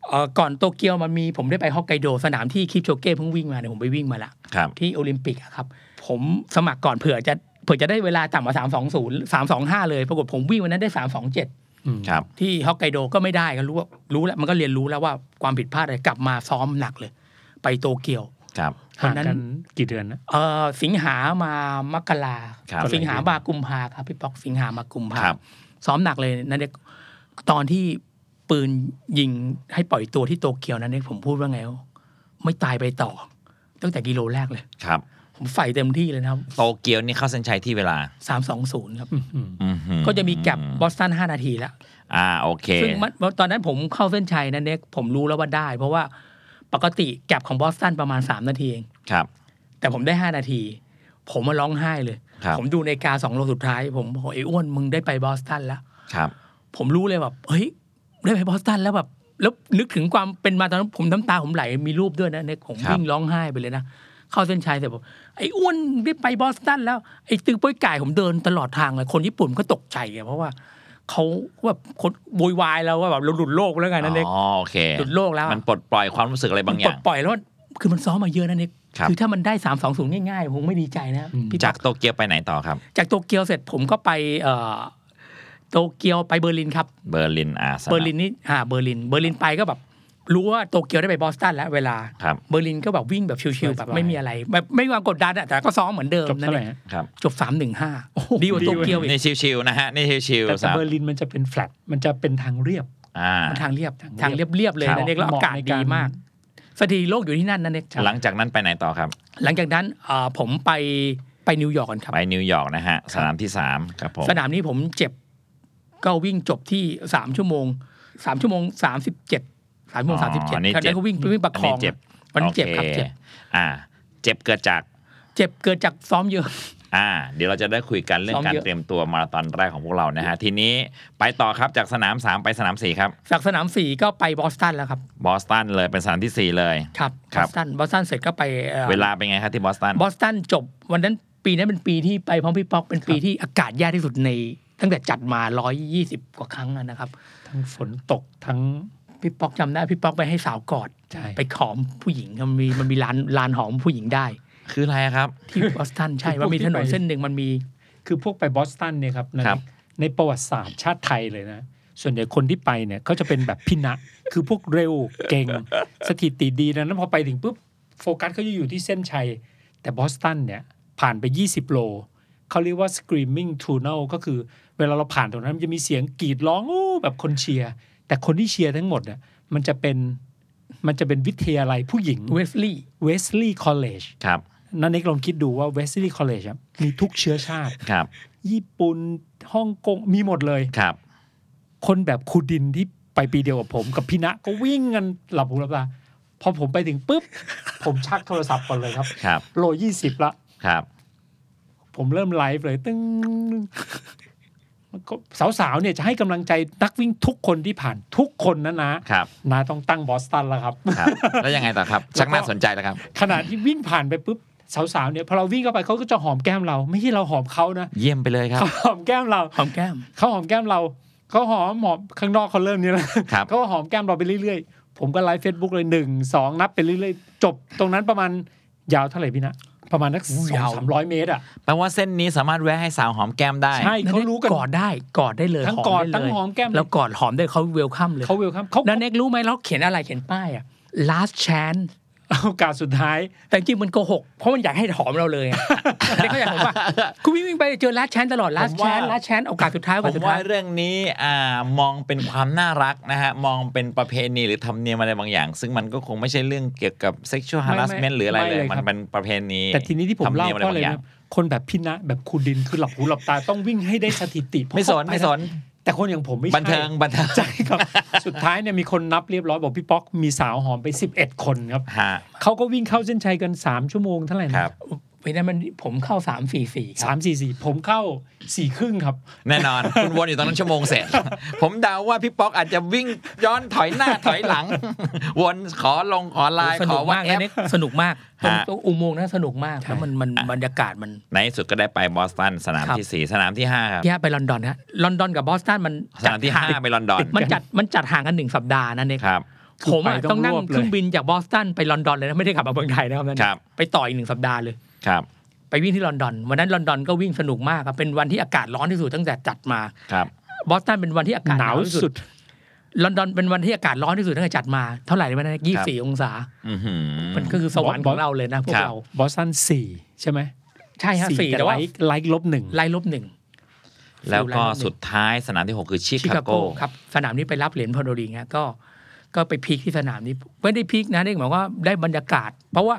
[SPEAKER 5] เอ่อก่อนโตเกียวมันมีผมได้ไปฮอกไกโด สนามที่คิปโชเก้เพิ่งวิ่งมาเนี่ยผมไปวิ่งมาละ
[SPEAKER 3] ครับ
[SPEAKER 5] ที่โอลิมปิกอะครับ ผมสมัครก่อนเผื่อจะเผื่อจะได้เวลาต่ำกว่าสามสองศูนย์สามสองห้าเลย ปรากฏผมวิ่งวันนั้นได้สามสองเจ็ด
[SPEAKER 4] ๆ อืม
[SPEAKER 3] ครับ
[SPEAKER 5] ที่ฮอกไกโดก็ไม่ได้ก็รู้ว่ารู้แล้วมันก็เรียนรู้แล้วว่าความผิดพลาดอะไรกลับมาซ้อมหนักเลย ไปโตเกียว
[SPEAKER 3] ครับ
[SPEAKER 5] วั
[SPEAKER 4] ห่าน ง
[SPEAKER 5] นั้น
[SPEAKER 4] กันกี่เดือนนะ
[SPEAKER 5] เออสิงหามามกรา
[SPEAKER 3] ครับ
[SPEAKER 5] สิงหามากุมภาครับพี่ป๊อกสิงหามากุมภา
[SPEAKER 3] ครับ
[SPEAKER 5] ซ้อมหนักเลยนั่นเด็กตอนที่ปืนยิงให้ปล่อยตัวที่โตเกียวนั้นเด็กผมพูดว่าไงวะไม่ตายไปต่อ ตั้งแต่กิโลแรกเลย
[SPEAKER 3] ครับ
[SPEAKER 5] ผมใส่เต็มที่เลยนะครับ
[SPEAKER 3] โตเกียวนี่เข้าเส้นชัยที่เวลา
[SPEAKER 5] สามสองศูนย์ครับ
[SPEAKER 3] อื้อหือ
[SPEAKER 5] ก็จะมีแก็บบอสตันห้านาทีแล้ว
[SPEAKER 3] อ่าโอเค
[SPEAKER 5] ซึ่งมันตอนนั้นผมเข้าเส้นชัยนะเน็กผมรู้แล้วว่าได้ เพราะว่าปกติแก็บของบอสตันประมาณ 3 นาทีเอง
[SPEAKER 3] ครับ
[SPEAKER 5] แต่ผมได้ 5 นาที ผมมาร้องไห้เลย
[SPEAKER 3] ครับ
[SPEAKER 5] ผมดูในาฬิกาสองโลสุดท้าย ผมบอกไอ้อ้วนมึงได้ไปบอสตันแล้ว
[SPEAKER 3] ครับ
[SPEAKER 5] ผมรู้เลยแบบเฮ้ยได้ไปบอสตันแล้วแบบ แล้วนึกถึงความเป็นมาตอนนั้นผมน้ำตาผมไหลมีรูปด้วยนะเน็กผม
[SPEAKER 3] ครับ
[SPEAKER 5] วิ่งร้องไห้ไปเลยนะเข้าเส้นชัยเสร็จบอกไอ้อ้วนได้ไปบอสตันแล้วไอ้ตึกป้อยไก่ผมเดินตลอดทางเลยคนญี่ปุ่นก็ตกใจไงเพราะว่าเขาว่าคนโวยวายแล้วว่าแบบเราหลุดโลกแล้วไงนั่นเอง
[SPEAKER 3] อ๋อโอเค
[SPEAKER 5] หลุดโลกแล้วอะ
[SPEAKER 3] มันปลดปล่อยความรู้สึกอะไรบางอ
[SPEAKER 5] ปล
[SPEAKER 3] ย่า
[SPEAKER 5] ด
[SPEAKER 3] ง
[SPEAKER 5] ปล่อยแล้วคือมันซ้อมมาเยอะนะเน็ก
[SPEAKER 3] ครับ
[SPEAKER 5] คือถ้ามันได้สามสองศูนย์ง่ายๆผมไม่ดีใจนะพี่
[SPEAKER 3] จา
[SPEAKER 5] ตั๊
[SPEAKER 3] ก
[SPEAKER 5] ก
[SPEAKER 3] โตเกียวไปไหนต่อครับ
[SPEAKER 5] จากโตเกียวเสร็จผมก็ไปเอ่อโตเกียวไปเบอร์ลินครับ
[SPEAKER 3] เบอร์ลินอาสะ
[SPEAKER 5] เบอร์ลินนี่อ่าเบอร์ลิน เบอร์ลินไปก็แบบ รู้ว่าโตเกียวได้ไปบอสตันแล้วเวลา
[SPEAKER 3] ครับ
[SPEAKER 5] เบอร์ลินก็แบบวิ่งแบบชิวๆแบบ
[SPEAKER 4] สบายๆ
[SPEAKER 5] ไม่มีอะไร แบบไม่มีความกดดันอะแต่ก็ซ้อมเหมือนเดิม
[SPEAKER 4] จบ
[SPEAKER 5] นั่
[SPEAKER 4] เท่านไห
[SPEAKER 5] เอ
[SPEAKER 4] ร่
[SPEAKER 5] ง
[SPEAKER 4] ฮะ
[SPEAKER 3] ครับ
[SPEAKER 5] จบสามหนึ่งห้า
[SPEAKER 4] ดี
[SPEAKER 5] ดี
[SPEAKER 4] ก
[SPEAKER 5] กว่า
[SPEAKER 4] ว่า
[SPEAKER 5] โตเกียวอีก
[SPEAKER 3] นี่ชิวๆนะฮะนี่ชิวๆ
[SPEAKER 4] แต่แต่
[SPEAKER 3] สาม
[SPEAKER 4] เบอร์ลินมันจะเป็นแฟลตมันจะเป็นทางเรียบ
[SPEAKER 3] อ่า
[SPEAKER 5] มันทางเรียบ
[SPEAKER 4] ทา
[SPEAKER 5] ทาง ง
[SPEAKER 4] เรี
[SPEAKER 5] เรี
[SPEAKER 4] ย
[SPEAKER 5] ย
[SPEAKER 4] บบ
[SPEAKER 5] เรียบๆเลย
[SPEAKER 4] ครับ
[SPEAKER 5] นั่นเองแล้ว
[SPEAKER 4] เหมาะ
[SPEAKER 5] อากาศ
[SPEAKER 4] ในการ
[SPEAKER 5] ดีมากสถิติโลกอยู่ที่นั่นนั่นเอง
[SPEAKER 3] หลังจากนั้นไปไหนต่อครับ
[SPEAKER 5] หลังจากนั้นอ่าผมไปไปนิวยอร์กก่อนครับ
[SPEAKER 3] ไปนิวยอร์กนะฮะสนามที่สามครับผม
[SPEAKER 5] สนามนี้ผมเจ็บก็วิ่งจบที่สามชั่วโมงสามชั่วโมงสามสิบเจ็ดสามชั่วโมงสามสิบเจ็ด
[SPEAKER 3] อ๋อ
[SPEAKER 5] ครั้งนั้นก็วิ่งวิ่งประคอง
[SPEAKER 3] นนี้เจ็บ
[SPEAKER 5] วันนี้เจ็บครับ
[SPEAKER 3] โอ
[SPEAKER 5] เจ็บ
[SPEAKER 3] อ่า เจ็บเกิดจาก
[SPEAKER 5] เจ็บเกิดจากซ้อมเยอะ
[SPEAKER 3] อ่า เดี๋ยวเราจะได้คุยกันเรื่อ
[SPEAKER 5] ซ้
[SPEAKER 3] ง
[SPEAKER 5] อม
[SPEAKER 3] การ
[SPEAKER 5] เยอะ
[SPEAKER 3] เตรียมตัวมาราธอนแรกของพวกเรานะฮะ ทีนี้ไปต่อครับจากสนาม 3 ไปสนาม 4 ครับ
[SPEAKER 5] จากสนามสี่ก็ไปบอสตันแล้วครับ
[SPEAKER 3] บอสตันเลยเป็นสนามทีสี่ 4 เลย
[SPEAKER 5] ครับ
[SPEAKER 3] ค
[SPEAKER 5] บ
[SPEAKER 3] รั
[SPEAKER 5] อบ สตันบอสตันเสร็จก็ไปอ่อ
[SPEAKER 3] เวลาเป็นไงครับที่บอสตัน
[SPEAKER 5] บอสตันจบ วันนั้นปีนั้นเป็นปีที่ไปพร้อมพี่ป๊อกเป็นปีที่อากาศแย่ที่สุดใน ตั้งแต่จัดมา 120 กว่าครั้งอะนะครับ
[SPEAKER 4] ทั้งฝนตกทั้ง
[SPEAKER 5] พี่ป๊อกจำได้พี่ป๊อกไปให้สาวกอด
[SPEAKER 4] ใช่
[SPEAKER 5] ไปขอมผู้หญิงมันมีมันมีลานลานหอมผู้หญิงได้
[SPEAKER 3] คืออะไรครับ
[SPEAKER 5] ที่บอสตันใช่ ว่ามีถนนเส้นหนึ่งมันมี
[SPEAKER 4] คือพวกไปบอสตันเนี่ยครับใน
[SPEAKER 3] ครับ
[SPEAKER 4] ในประวัติศาสตร์ชาติไทยเลยนะ ส่วนใหญ่คนที่ไปเนี่ยเขาจะเป็นแบบพินะ คือพวกเร็วเก่งสถิติดีดังนั้นพอไปถึงปุ๊บโฟกัสเขาจะอยู่ที่เส้นชัย แต่บอสตันเนี่ยผ่านไป 20 โล เขาเรียกว่า screaming tunnel ก็คือเวลาเราผ่านตรงนั้นมันจะมีเสียงกรีดร้องอู้แบบคนเชียร์แต่คนที่เชียร์ทั้งหมดเนี่ยมันจะเป็นมันจะเป็นวิทยาลัยผู้หญิง
[SPEAKER 5] เวสลีย์
[SPEAKER 4] เวสลีย์คอลเลจ
[SPEAKER 3] ครับ
[SPEAKER 4] นั่นเอกลองคิดดูว่าเวสลีย์คอลเลจมีทุกเชื้อชาติ
[SPEAKER 3] ครับ
[SPEAKER 4] ญี่ปุ่นฮ่องกงมีหมดเลย
[SPEAKER 3] ครับ
[SPEAKER 4] คนแบบคูดินที่ไปปีเดียวกับผมกับพี่ณะก็วิ่งกันหลับหูหลับตาพอผมไปถึงปุ๊บ ผมชักโทรศัพท์ก่อนเลยครับ
[SPEAKER 3] ครับ
[SPEAKER 4] โลยี่สิบละ
[SPEAKER 3] ครับ
[SPEAKER 4] ผมเริ่มไลฟ์เลย ตึ้งมันก็สาวๆเนี่ยจะให้กำลังใจนักวิ่งทุกคนที่ผ่านทุกคนนะนะครับนาต้องตั้งบอสตันแล้วครับ
[SPEAKER 3] ครับ แล้วยังไงต่อครับชักน่าสนใจแล้วครับ
[SPEAKER 4] ขณะที่วิ่งผ่านไปปุ๊บสาวๆเนี่ยพอเราวิ่งเข้าไปเขาก็จะหอมแก้มเรา ไม่ใช่เราหอมเขานะ
[SPEAKER 3] เยี่ยมไปเลยครับ
[SPEAKER 4] เขาหอมแก้มเรา
[SPEAKER 5] หอมแก้ม
[SPEAKER 4] เขาหอมแก้มเราเขาหอมหอมข้างนอกเขาเริ่มนี่แล้ว
[SPEAKER 3] ครับ
[SPEAKER 4] เขาหอมแก้มเราไปเรื่อยๆ ผมก็ไลฟ์เฟซบุ๊กเลยหนึ่งสองนับไปเรื่อยๆ จบตรงนั้นประมาณยาวเท่าไหร่พี่นะ ประมาณนักสอ
[SPEAKER 5] อู้
[SPEAKER 4] ง
[SPEAKER 5] ยาว
[SPEAKER 4] สามร้อยเมตรอ่ะ
[SPEAKER 3] แปลว่าเส้นนี้สามารถแวะให้สาวหอมแก้มได้
[SPEAKER 4] ใช่เขารู้กัน
[SPEAKER 5] กอดได้กอดได้เลย
[SPEAKER 4] ทั้งกอด
[SPEAKER 5] ได้
[SPEAKER 4] ทั้
[SPEAKER 5] เลย
[SPEAKER 4] งหอมแก้ม
[SPEAKER 5] แล้วกอดหอมได้เขาเวลคัมเลย
[SPEAKER 4] เขาเวลคัมเขา
[SPEAKER 5] แล้วเน็กรู้ไหมเราเขียนอะไรเขียนป้ายอะ last chance
[SPEAKER 4] โอกาสสุดท้าย
[SPEAKER 5] แต่จริงมันโกหก เพราะมันอยากให้หอมเราเลย อะเน็กเขาอยากผมว่าคุณวิ่งไปเจอ last chance ตลอด last
[SPEAKER 3] ผมว่า
[SPEAKER 5] chance last chance โอกาสสุดท้ายโอ
[SPEAKER 3] ผ
[SPEAKER 5] กาส
[SPEAKER 3] ม
[SPEAKER 5] สุด
[SPEAKER 3] ว่า
[SPEAKER 5] ท้าย
[SPEAKER 3] เรื่องนี้อ่ามองเป็นความน่ารักนะฮะ มองเป็นประเพณีหรือธรรมเนียมอะไรบางอย่าง ซึ่งมันก็คงไม่ใช่เรื่องเกี่ยวกับ sexual
[SPEAKER 4] ไม่ไม่
[SPEAKER 3] harassment หรืออะไรเลย
[SPEAKER 4] ไม่เลยครั
[SPEAKER 3] มั
[SPEAKER 4] บ
[SPEAKER 3] นเป็นประเพณี
[SPEAKER 4] แต่ทีนี้ที่ผมเล่า
[SPEAKER 3] ธรรนีย
[SPEAKER 4] ก็
[SPEAKER 3] อะไรบา
[SPEAKER 4] เลย
[SPEAKER 3] งอย่าง
[SPEAKER 4] นะคนแบบพี่นะแบบคูดินคือหลับหูหลับตาต้องวิ่งให้ได้สถิติ
[SPEAKER 3] ไม่สนไม่สน
[SPEAKER 4] แต่คนอย่างผมไม่ใช่
[SPEAKER 3] บันเทิงบันเทิง
[SPEAKER 4] ใช่ครับ สุดท้ายเนี่ยมีคนนับเรียบร้อยบอกพี่ป๊อกมีสาวหอมไป 11 คนครับ
[SPEAKER 3] ฮะ
[SPEAKER 4] เขาก็วิ่งเข้าเส้นชัยกันสามชั่วโมงเท่าไหร่
[SPEAKER 3] ค
[SPEAKER 4] นะ
[SPEAKER 3] รับ
[SPEAKER 5] เพราะฉะนั้นมันผมเข้าสามสี่สี่ค
[SPEAKER 4] สา
[SPEAKER 5] รับ
[SPEAKER 4] มสี่สี่ผมเข้าสี่ครึ่งครับ
[SPEAKER 3] แน่นอน คุณวนอยู่ตรงนั้นชั่วโมงเสร็จ ผมเดาว่าพี่ป๊อกอาจจะวิ่งย้อนถอยหน้าถอยหลัง วนขอลงขอไลน์
[SPEAKER 5] ส
[SPEAKER 3] ข
[SPEAKER 5] นุ
[SPEAKER 3] อก ว่าม
[SPEAKER 5] าก
[SPEAKER 3] แอ
[SPEAKER 5] นะ
[SPEAKER 3] ป
[SPEAKER 5] เน็กสนุกมากตรง
[SPEAKER 3] ฮะ
[SPEAKER 5] ตรงอุโมงค์นั้นสนุกมากแล้วมันมันบรรยากาศมัน
[SPEAKER 3] ในที่สุดก็ได้ไปบอสตันสนาม
[SPEAKER 5] ครับ
[SPEAKER 3] ที่สี่สนามที่ห้าครับ
[SPEAKER 5] พี่ฮะไปลอนดอนฮะลอนดอนกับบอสตันมัน
[SPEAKER 3] สนามที่ห้าไปลอนดอน
[SPEAKER 5] มันจัดมันจัดห่างกันหนึ่งสัปดาห์นะเน็ก
[SPEAKER 3] ครับ
[SPEAKER 4] คือ
[SPEAKER 5] ผมอะ
[SPEAKER 4] ไปต้
[SPEAKER 5] ต้
[SPEAKER 4] อ
[SPEAKER 5] อง งนั่ง
[SPEAKER 4] รวบเลย
[SPEAKER 5] เครื่องบินจากบอสตันไปลอนดอนเลยนะไม่ได้กลับมาเมืองไทยนะครับนั่น
[SPEAKER 3] ครับ
[SPEAKER 5] ไปต่ออีกหนึ่งสัปดาห์เลย
[SPEAKER 3] ครับ
[SPEAKER 5] ไปวิ่งที่ลอนดอน วันนั้นลอนดอนก็วิ่งสนุกมากครับเป็นวันที่อากาศร้อนที่สุดตั้งแต่จัดมา
[SPEAKER 3] ครับ
[SPEAKER 5] บอสตันเป็นวันที่อากาศ
[SPEAKER 4] หนาน
[SPEAKER 5] หาว วที่
[SPEAKER 4] สุ
[SPEAKER 5] สุ
[SPEAKER 4] ด
[SPEAKER 5] ด ลอนดอนเป็นวันที่อากาศร้อนที่สุดตั้งแต่จัดมา เท่าไหร่วันนั้นยี่สี่องศา
[SPEAKER 3] อื้อหือ
[SPEAKER 5] มันก็คือสวรรค์ของเราเลยนะพว
[SPEAKER 3] ค
[SPEAKER 5] ก
[SPEAKER 3] รับ
[SPEAKER 5] เรา
[SPEAKER 4] บอสตันสี่ใช่ไหม
[SPEAKER 5] ใช่ฮะสี่
[SPEAKER 4] แต่
[SPEAKER 5] แต่ว่า
[SPEAKER 4] ไลค์ไลค์ลบหนึ่ง
[SPEAKER 5] ไล่ลบหนึ่ง
[SPEAKER 3] แล้วก็
[SPEAKER 5] ฟิลไลน์
[SPEAKER 3] สุดท้ายสนามที่ 6 คือชิ
[SPEAKER 5] ชิ
[SPEAKER 3] คา
[SPEAKER 5] คา
[SPEAKER 3] โก
[SPEAKER 5] โกครับสนามนี้ไปรับเหรียญพอดีฮะก็ก็ไปพีคที่สนามนี้ไม่ได้พีคนะนี่หมายความว่าได้บรรยากาศ เพราะว่า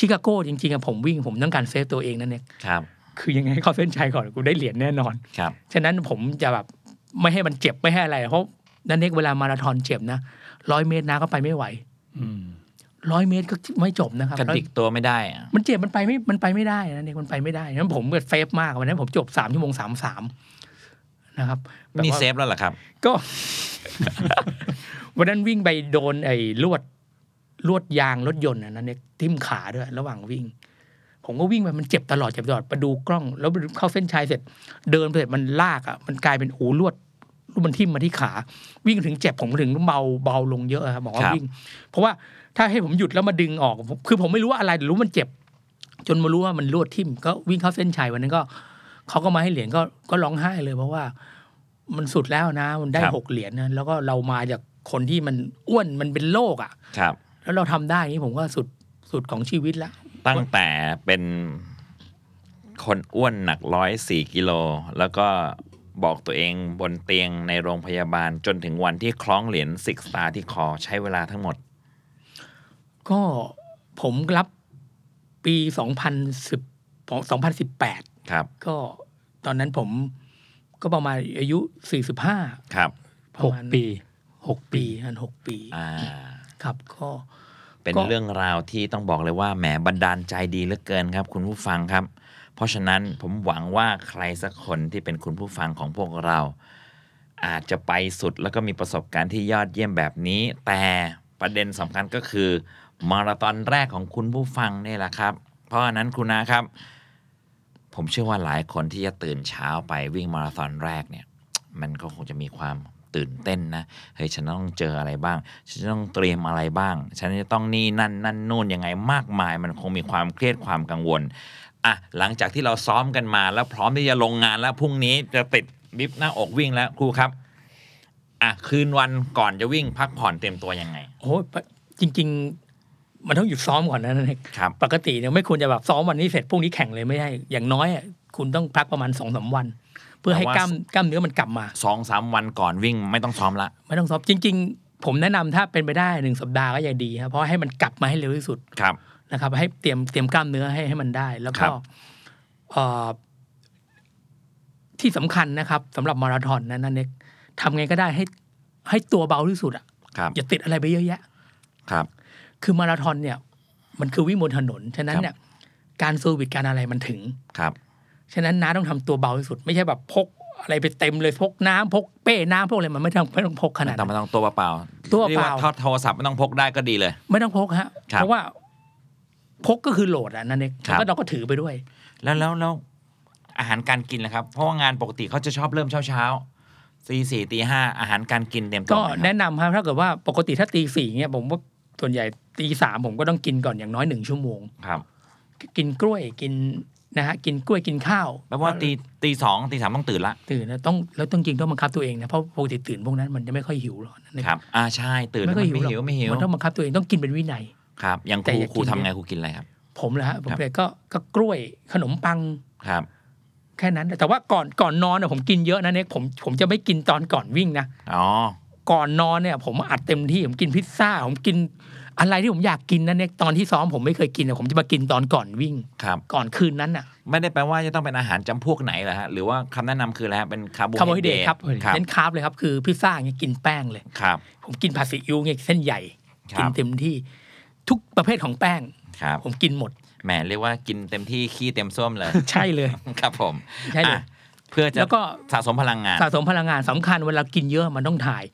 [SPEAKER 5] ชิคาโกจริงๆอะผมวิ่งผมต้องการเซฟตัวเองนั่นเอง
[SPEAKER 3] ครับ
[SPEAKER 5] คือยังไง เข้าเส้นชัยก่อนกูได้เหรียญแน่นอน
[SPEAKER 3] ครับ
[SPEAKER 5] ฉะนั้นผมจะแบบไม่ให้มันเจ็บไม่ให้อะไร เพราะนั่นเองเวลามาราธอนเจ็บนะร้อยเมตรนะก็ไปไม่ไหวร้อยเมตรก็ไม่จบนะครับ
[SPEAKER 3] กระดิกตัวไม่ได้อะ
[SPEAKER 5] มันเจ็บมันไปไม่มันไปไม่ได้นะเนี่ยมันไปไม่ได้นั้นผมเฟฟมากวันนั้นผมจบสามชั่วโมงสามสามนะครับแบบว่า
[SPEAKER 3] นี่เซฟแล้วเหรอครับ
[SPEAKER 5] ก็ วันนั้นวิ่งไปโดนไอ้ลวดลวดยางรถยนต์นะนั่นเนี่ยทิ่มขาด้วย ระหว่างวิ่ง ผมก็วิ่งไปมันเจ็บตลอดเจ็บตลอดไปดูกล้อง แล้วเข้าเส้นชัยเสร็จ เดินไปเสร็จมันลากอ่ะมันกลายเป็นอูลวดรูปมันทิ่มมาที่ขา วิ่งถึงเจ็บผมถึงเบาเบาลงเยอะครับบอกว่า
[SPEAKER 3] ครับ
[SPEAKER 5] วิ่ง เพราะว่าถ้าให้ผมหยุดแล้วมาดึงออกผมคือผมไม่รู้ว่าอะไรแต่รู้มันเจ็บ จนมารู้ว่ามันลวดทิ่มก็วิ่งเข้าเส้นชัยวันนั้นก็เขาก็มาให้เหรียญก็ก็ร้องไห้เลย เพราะว่ามันสุดแล้วนะ มันได้
[SPEAKER 3] ครับ
[SPEAKER 5] หกเหรียญนะแล้วก็เรามาจากคนที่มันอ้วนมันเป็นโรคอ่ะ
[SPEAKER 3] ครับ
[SPEAKER 5] แล้วเราทำได้อย่างนี้ผมก็สุดสุดของชีวิตละ
[SPEAKER 3] ตั้งแต่เป็นคนอ้วนหนักร้อยสี่กิโล แล้วก็บอกตัวเองบนเตียงในโรงพยาบาลจนถึงวันที่คล้องเหรียญสิกสตาร์ที่คอใช้เวลาทั้งหมด
[SPEAKER 5] ก็ผมรับปี 2010ของ2018
[SPEAKER 3] ครับ
[SPEAKER 5] ก็ตอนนั้นผมก็ประมาณอายุ 45
[SPEAKER 3] ครับ
[SPEAKER 5] ประ
[SPEAKER 4] หก
[SPEAKER 5] มาณ
[SPEAKER 4] ปี
[SPEAKER 5] 6ปีอัน6ปี
[SPEAKER 3] อ่า
[SPEAKER 5] ครับก็
[SPEAKER 3] เป็น
[SPEAKER 5] ก็
[SPEAKER 3] เรื่องราวที่ต้องบอกเลยว่าแหมบันดาลใจดีเหลือเกินครับ คุณผู้ฟังครับ เพราะฉะนั้นผมหวังว่าใครสักคนที่เป็นคุณผู้ฟังของพวกเรา อาจจะไปสุดแล้วก็มีประสบการณ์ที่ยอดเยี่ยมแบบนี้ แต่ประเด็นสำคัญก็คือ มาราธอนแรกของคุณผู้ฟังนี่แหละครับ เพราะฉะนั้นคุณนาครับ ผมเชื่อว่าหลายคนที่จะตื่นเช้าไปวิ่งมาราธอนแรกเนี่ย มันก็คงจะมีความตื่นเต้นนะเฮ้ยฉันต้องเจออะไรบ้าง ฉันจะต้องเตรียมอะไรบ้าง ฉันจะต้องนี่นั่นนั่นนู่นยังไงมากมาย มันคงมีความเครียดความกังวลอ่ะหลังจากที่เราซ้อมกันมาแล้วพร้อมที่จะลงงานแล้วพรุ่งนี้จะติดลิฟต์หน้าอกวิ่งแล้วครูครับ อ่ะคืนวันก่อนจะวิ่งพักผ่อนเตรียมตัวยังไง
[SPEAKER 5] โอ้โหปะจริง ๆ มันต้องหยุดซ้อมก่อนนะนั่นเอง
[SPEAKER 3] ครับ
[SPEAKER 5] ปกติเนี่ยไม่ควรจะแบบซ้อมวันนี้เสร็จพรุ่งนี้แข่งเลยไม่ได้อย่างน้อยอะคุณต้องพักประมาณสองสาวัน เพื่อให้
[SPEAKER 3] แต่ว่า
[SPEAKER 5] กล้ามกล้ามเนื้อมันกลับมา
[SPEAKER 3] สองสามวันก่อนวิ่งไม่ต้องซ้อมละ
[SPEAKER 5] ไม่ต้องซ้อมจริง ๆ ผมแนะนำถ้าเป็นไปได้หนึ่งสัปดาห์ก็ยังดีครับเพราะให้มันกลับมาให้เร็วที่สุด
[SPEAKER 3] ครับ
[SPEAKER 5] นะครับ ให้เตรียมเตรียมกล้ามเนื้อให้ให้มันได้ แล้ว
[SPEAKER 3] ครั
[SPEAKER 5] ก็
[SPEAKER 3] บ
[SPEAKER 5] เอ่อที่สำคัญนะครับสำหรับมาราธอนนะนั่นเองทำไงก็ได้ให้ให้ตัวเบาที่สุดอ่ะ
[SPEAKER 3] ครับ
[SPEAKER 5] อย่าติดอะไรไปเยอะแยะ
[SPEAKER 3] ครับ
[SPEAKER 5] คือมาราธอนเนี่ย มันคือวิ่งบนถนน ฉะนั้น
[SPEAKER 3] ครับ
[SPEAKER 5] เนี่ยการเซอร์วิสการอะไรมันถึง
[SPEAKER 3] ครับ
[SPEAKER 5] ฉะนั้นน้าต้องทำตัวเบาที่สุด ไม่ใช่แบบพกอะไรไปเต็มเลยพกน้ำพกเป้น้ำพกอะไรมันไม่ต้องไม่ต้องพกขนาด
[SPEAKER 3] ไม่ต้อง
[SPEAKER 5] นั้น
[SPEAKER 3] ไม่ต้องตัวเปล่าๆ
[SPEAKER 5] ตัวเปล่า
[SPEAKER 3] รียกถ้าโทรศัพท์ไม่ต้องพกได้ก็ดีเลย
[SPEAKER 5] ไม่ต้องพกฮะ
[SPEAKER 3] ครับ
[SPEAKER 5] เพราะว่าพกก็คือโหลดอ่ะนั่นเอง
[SPEAKER 3] ครับ
[SPEAKER 5] แล้วเราก็ถือไปด้วย
[SPEAKER 3] แล้วแล้วแล้วอาหารการกินนะครับ เพราะว่างานปกติเขาจะชอบเริ่มเช้าเช้าตีสี่ตีห้าอาหารการกินเต็มตัว
[SPEAKER 5] ก็
[SPEAKER 3] ไหมครับ
[SPEAKER 5] แนะนำครับถ้าเกิดว่าปกติถ้าตีสี่เนี่ยผมว่าส่วนใหญ่ตีสามผมก็ต้องกินก่อนอย่างน้อยหนึ่งชั่วโมง
[SPEAKER 3] ครับ
[SPEAKER 5] กินกล้วยกินนะฮะกินกล้วยกินข้าว
[SPEAKER 3] แปลว่าตีตีสองตีสามต้องตื่นละ
[SPEAKER 5] ตื่นนะต้องแล้วต้องจริงต้องบังคับตัวเองนะเพราะปกติตื่นพวกนั้นมันจะไม่ค่อยหิวหรอกนั่นเอง
[SPEAKER 3] ครับ อ่าใช่ตื่นแล้วมันไม่หิวไม่หิว
[SPEAKER 5] มันต้องบังคับตัวเองต้องกินเป็นวินัย
[SPEAKER 3] ครับอย่างค
[SPEAKER 5] แต่
[SPEAKER 3] รู
[SPEAKER 5] อย่า
[SPEAKER 3] ครู
[SPEAKER 5] กิน
[SPEAKER 3] ทำไง
[SPEAKER 5] เยอะ
[SPEAKER 3] ครูกินอะไรครับ
[SPEAKER 5] ผมแหละฮะผม
[SPEAKER 3] ครับ
[SPEAKER 5] เลยก็ก็กล้วยขนมปัง
[SPEAKER 3] ครับ
[SPEAKER 5] แค่นั้นแต่ว่าก่อนก่อนนอนเนี่ยผมกินเยอะนะเนี่ยผมผมจะไม่กินตอนก่อนวิ่งนะ
[SPEAKER 3] อ๋อ
[SPEAKER 5] ก่อนนอนเนี่ย ผมอัดเต็มที่ผมกินพิซซ่าผมกินอะไรที่ผมอยากกินนะเนี่ยตอนที่ซ้อมผมไม่เคยกินอะผมจะมากินตอนก่อนวิ่ง
[SPEAKER 3] ครับ
[SPEAKER 5] ก่อนคืนนั้นน่ะ
[SPEAKER 3] ไม่ได้แปลว่าจะต้องเป็นอาหารจำพวกไหนเหรอฮะหรือว่าคำแนะนำคืออะไรฮะเป็นคาร์โบ
[SPEAKER 5] คาร์โบไฮเดรตครับ
[SPEAKER 3] ครับ
[SPEAKER 5] เน้นคาร์บเลยครับคือพิซซ่าเนี่ยกินแป้งเลย
[SPEAKER 3] ครับ
[SPEAKER 5] ผมกินผัดซีอิ๊วเนี่ยเส้นใหญ่
[SPEAKER 3] ครับ
[SPEAKER 5] กินเต็มที่ทุกประเภทของแป้ง
[SPEAKER 3] ครับ
[SPEAKER 5] ผมกินหมด
[SPEAKER 3] แหมเรียกว่ากินเต็มที่ขี้เต็มส้วมเลย
[SPEAKER 5] ใช่เลย
[SPEAKER 3] ครับผม
[SPEAKER 5] ใช่เลย
[SPEAKER 3] อ่ะเพื่อจะ
[SPEAKER 5] แล้วก็
[SPEAKER 3] สะสมพลังงาน
[SPEAKER 5] สะสมพลังงานสำคัญเวลากินเยอะมันต้องถ่าย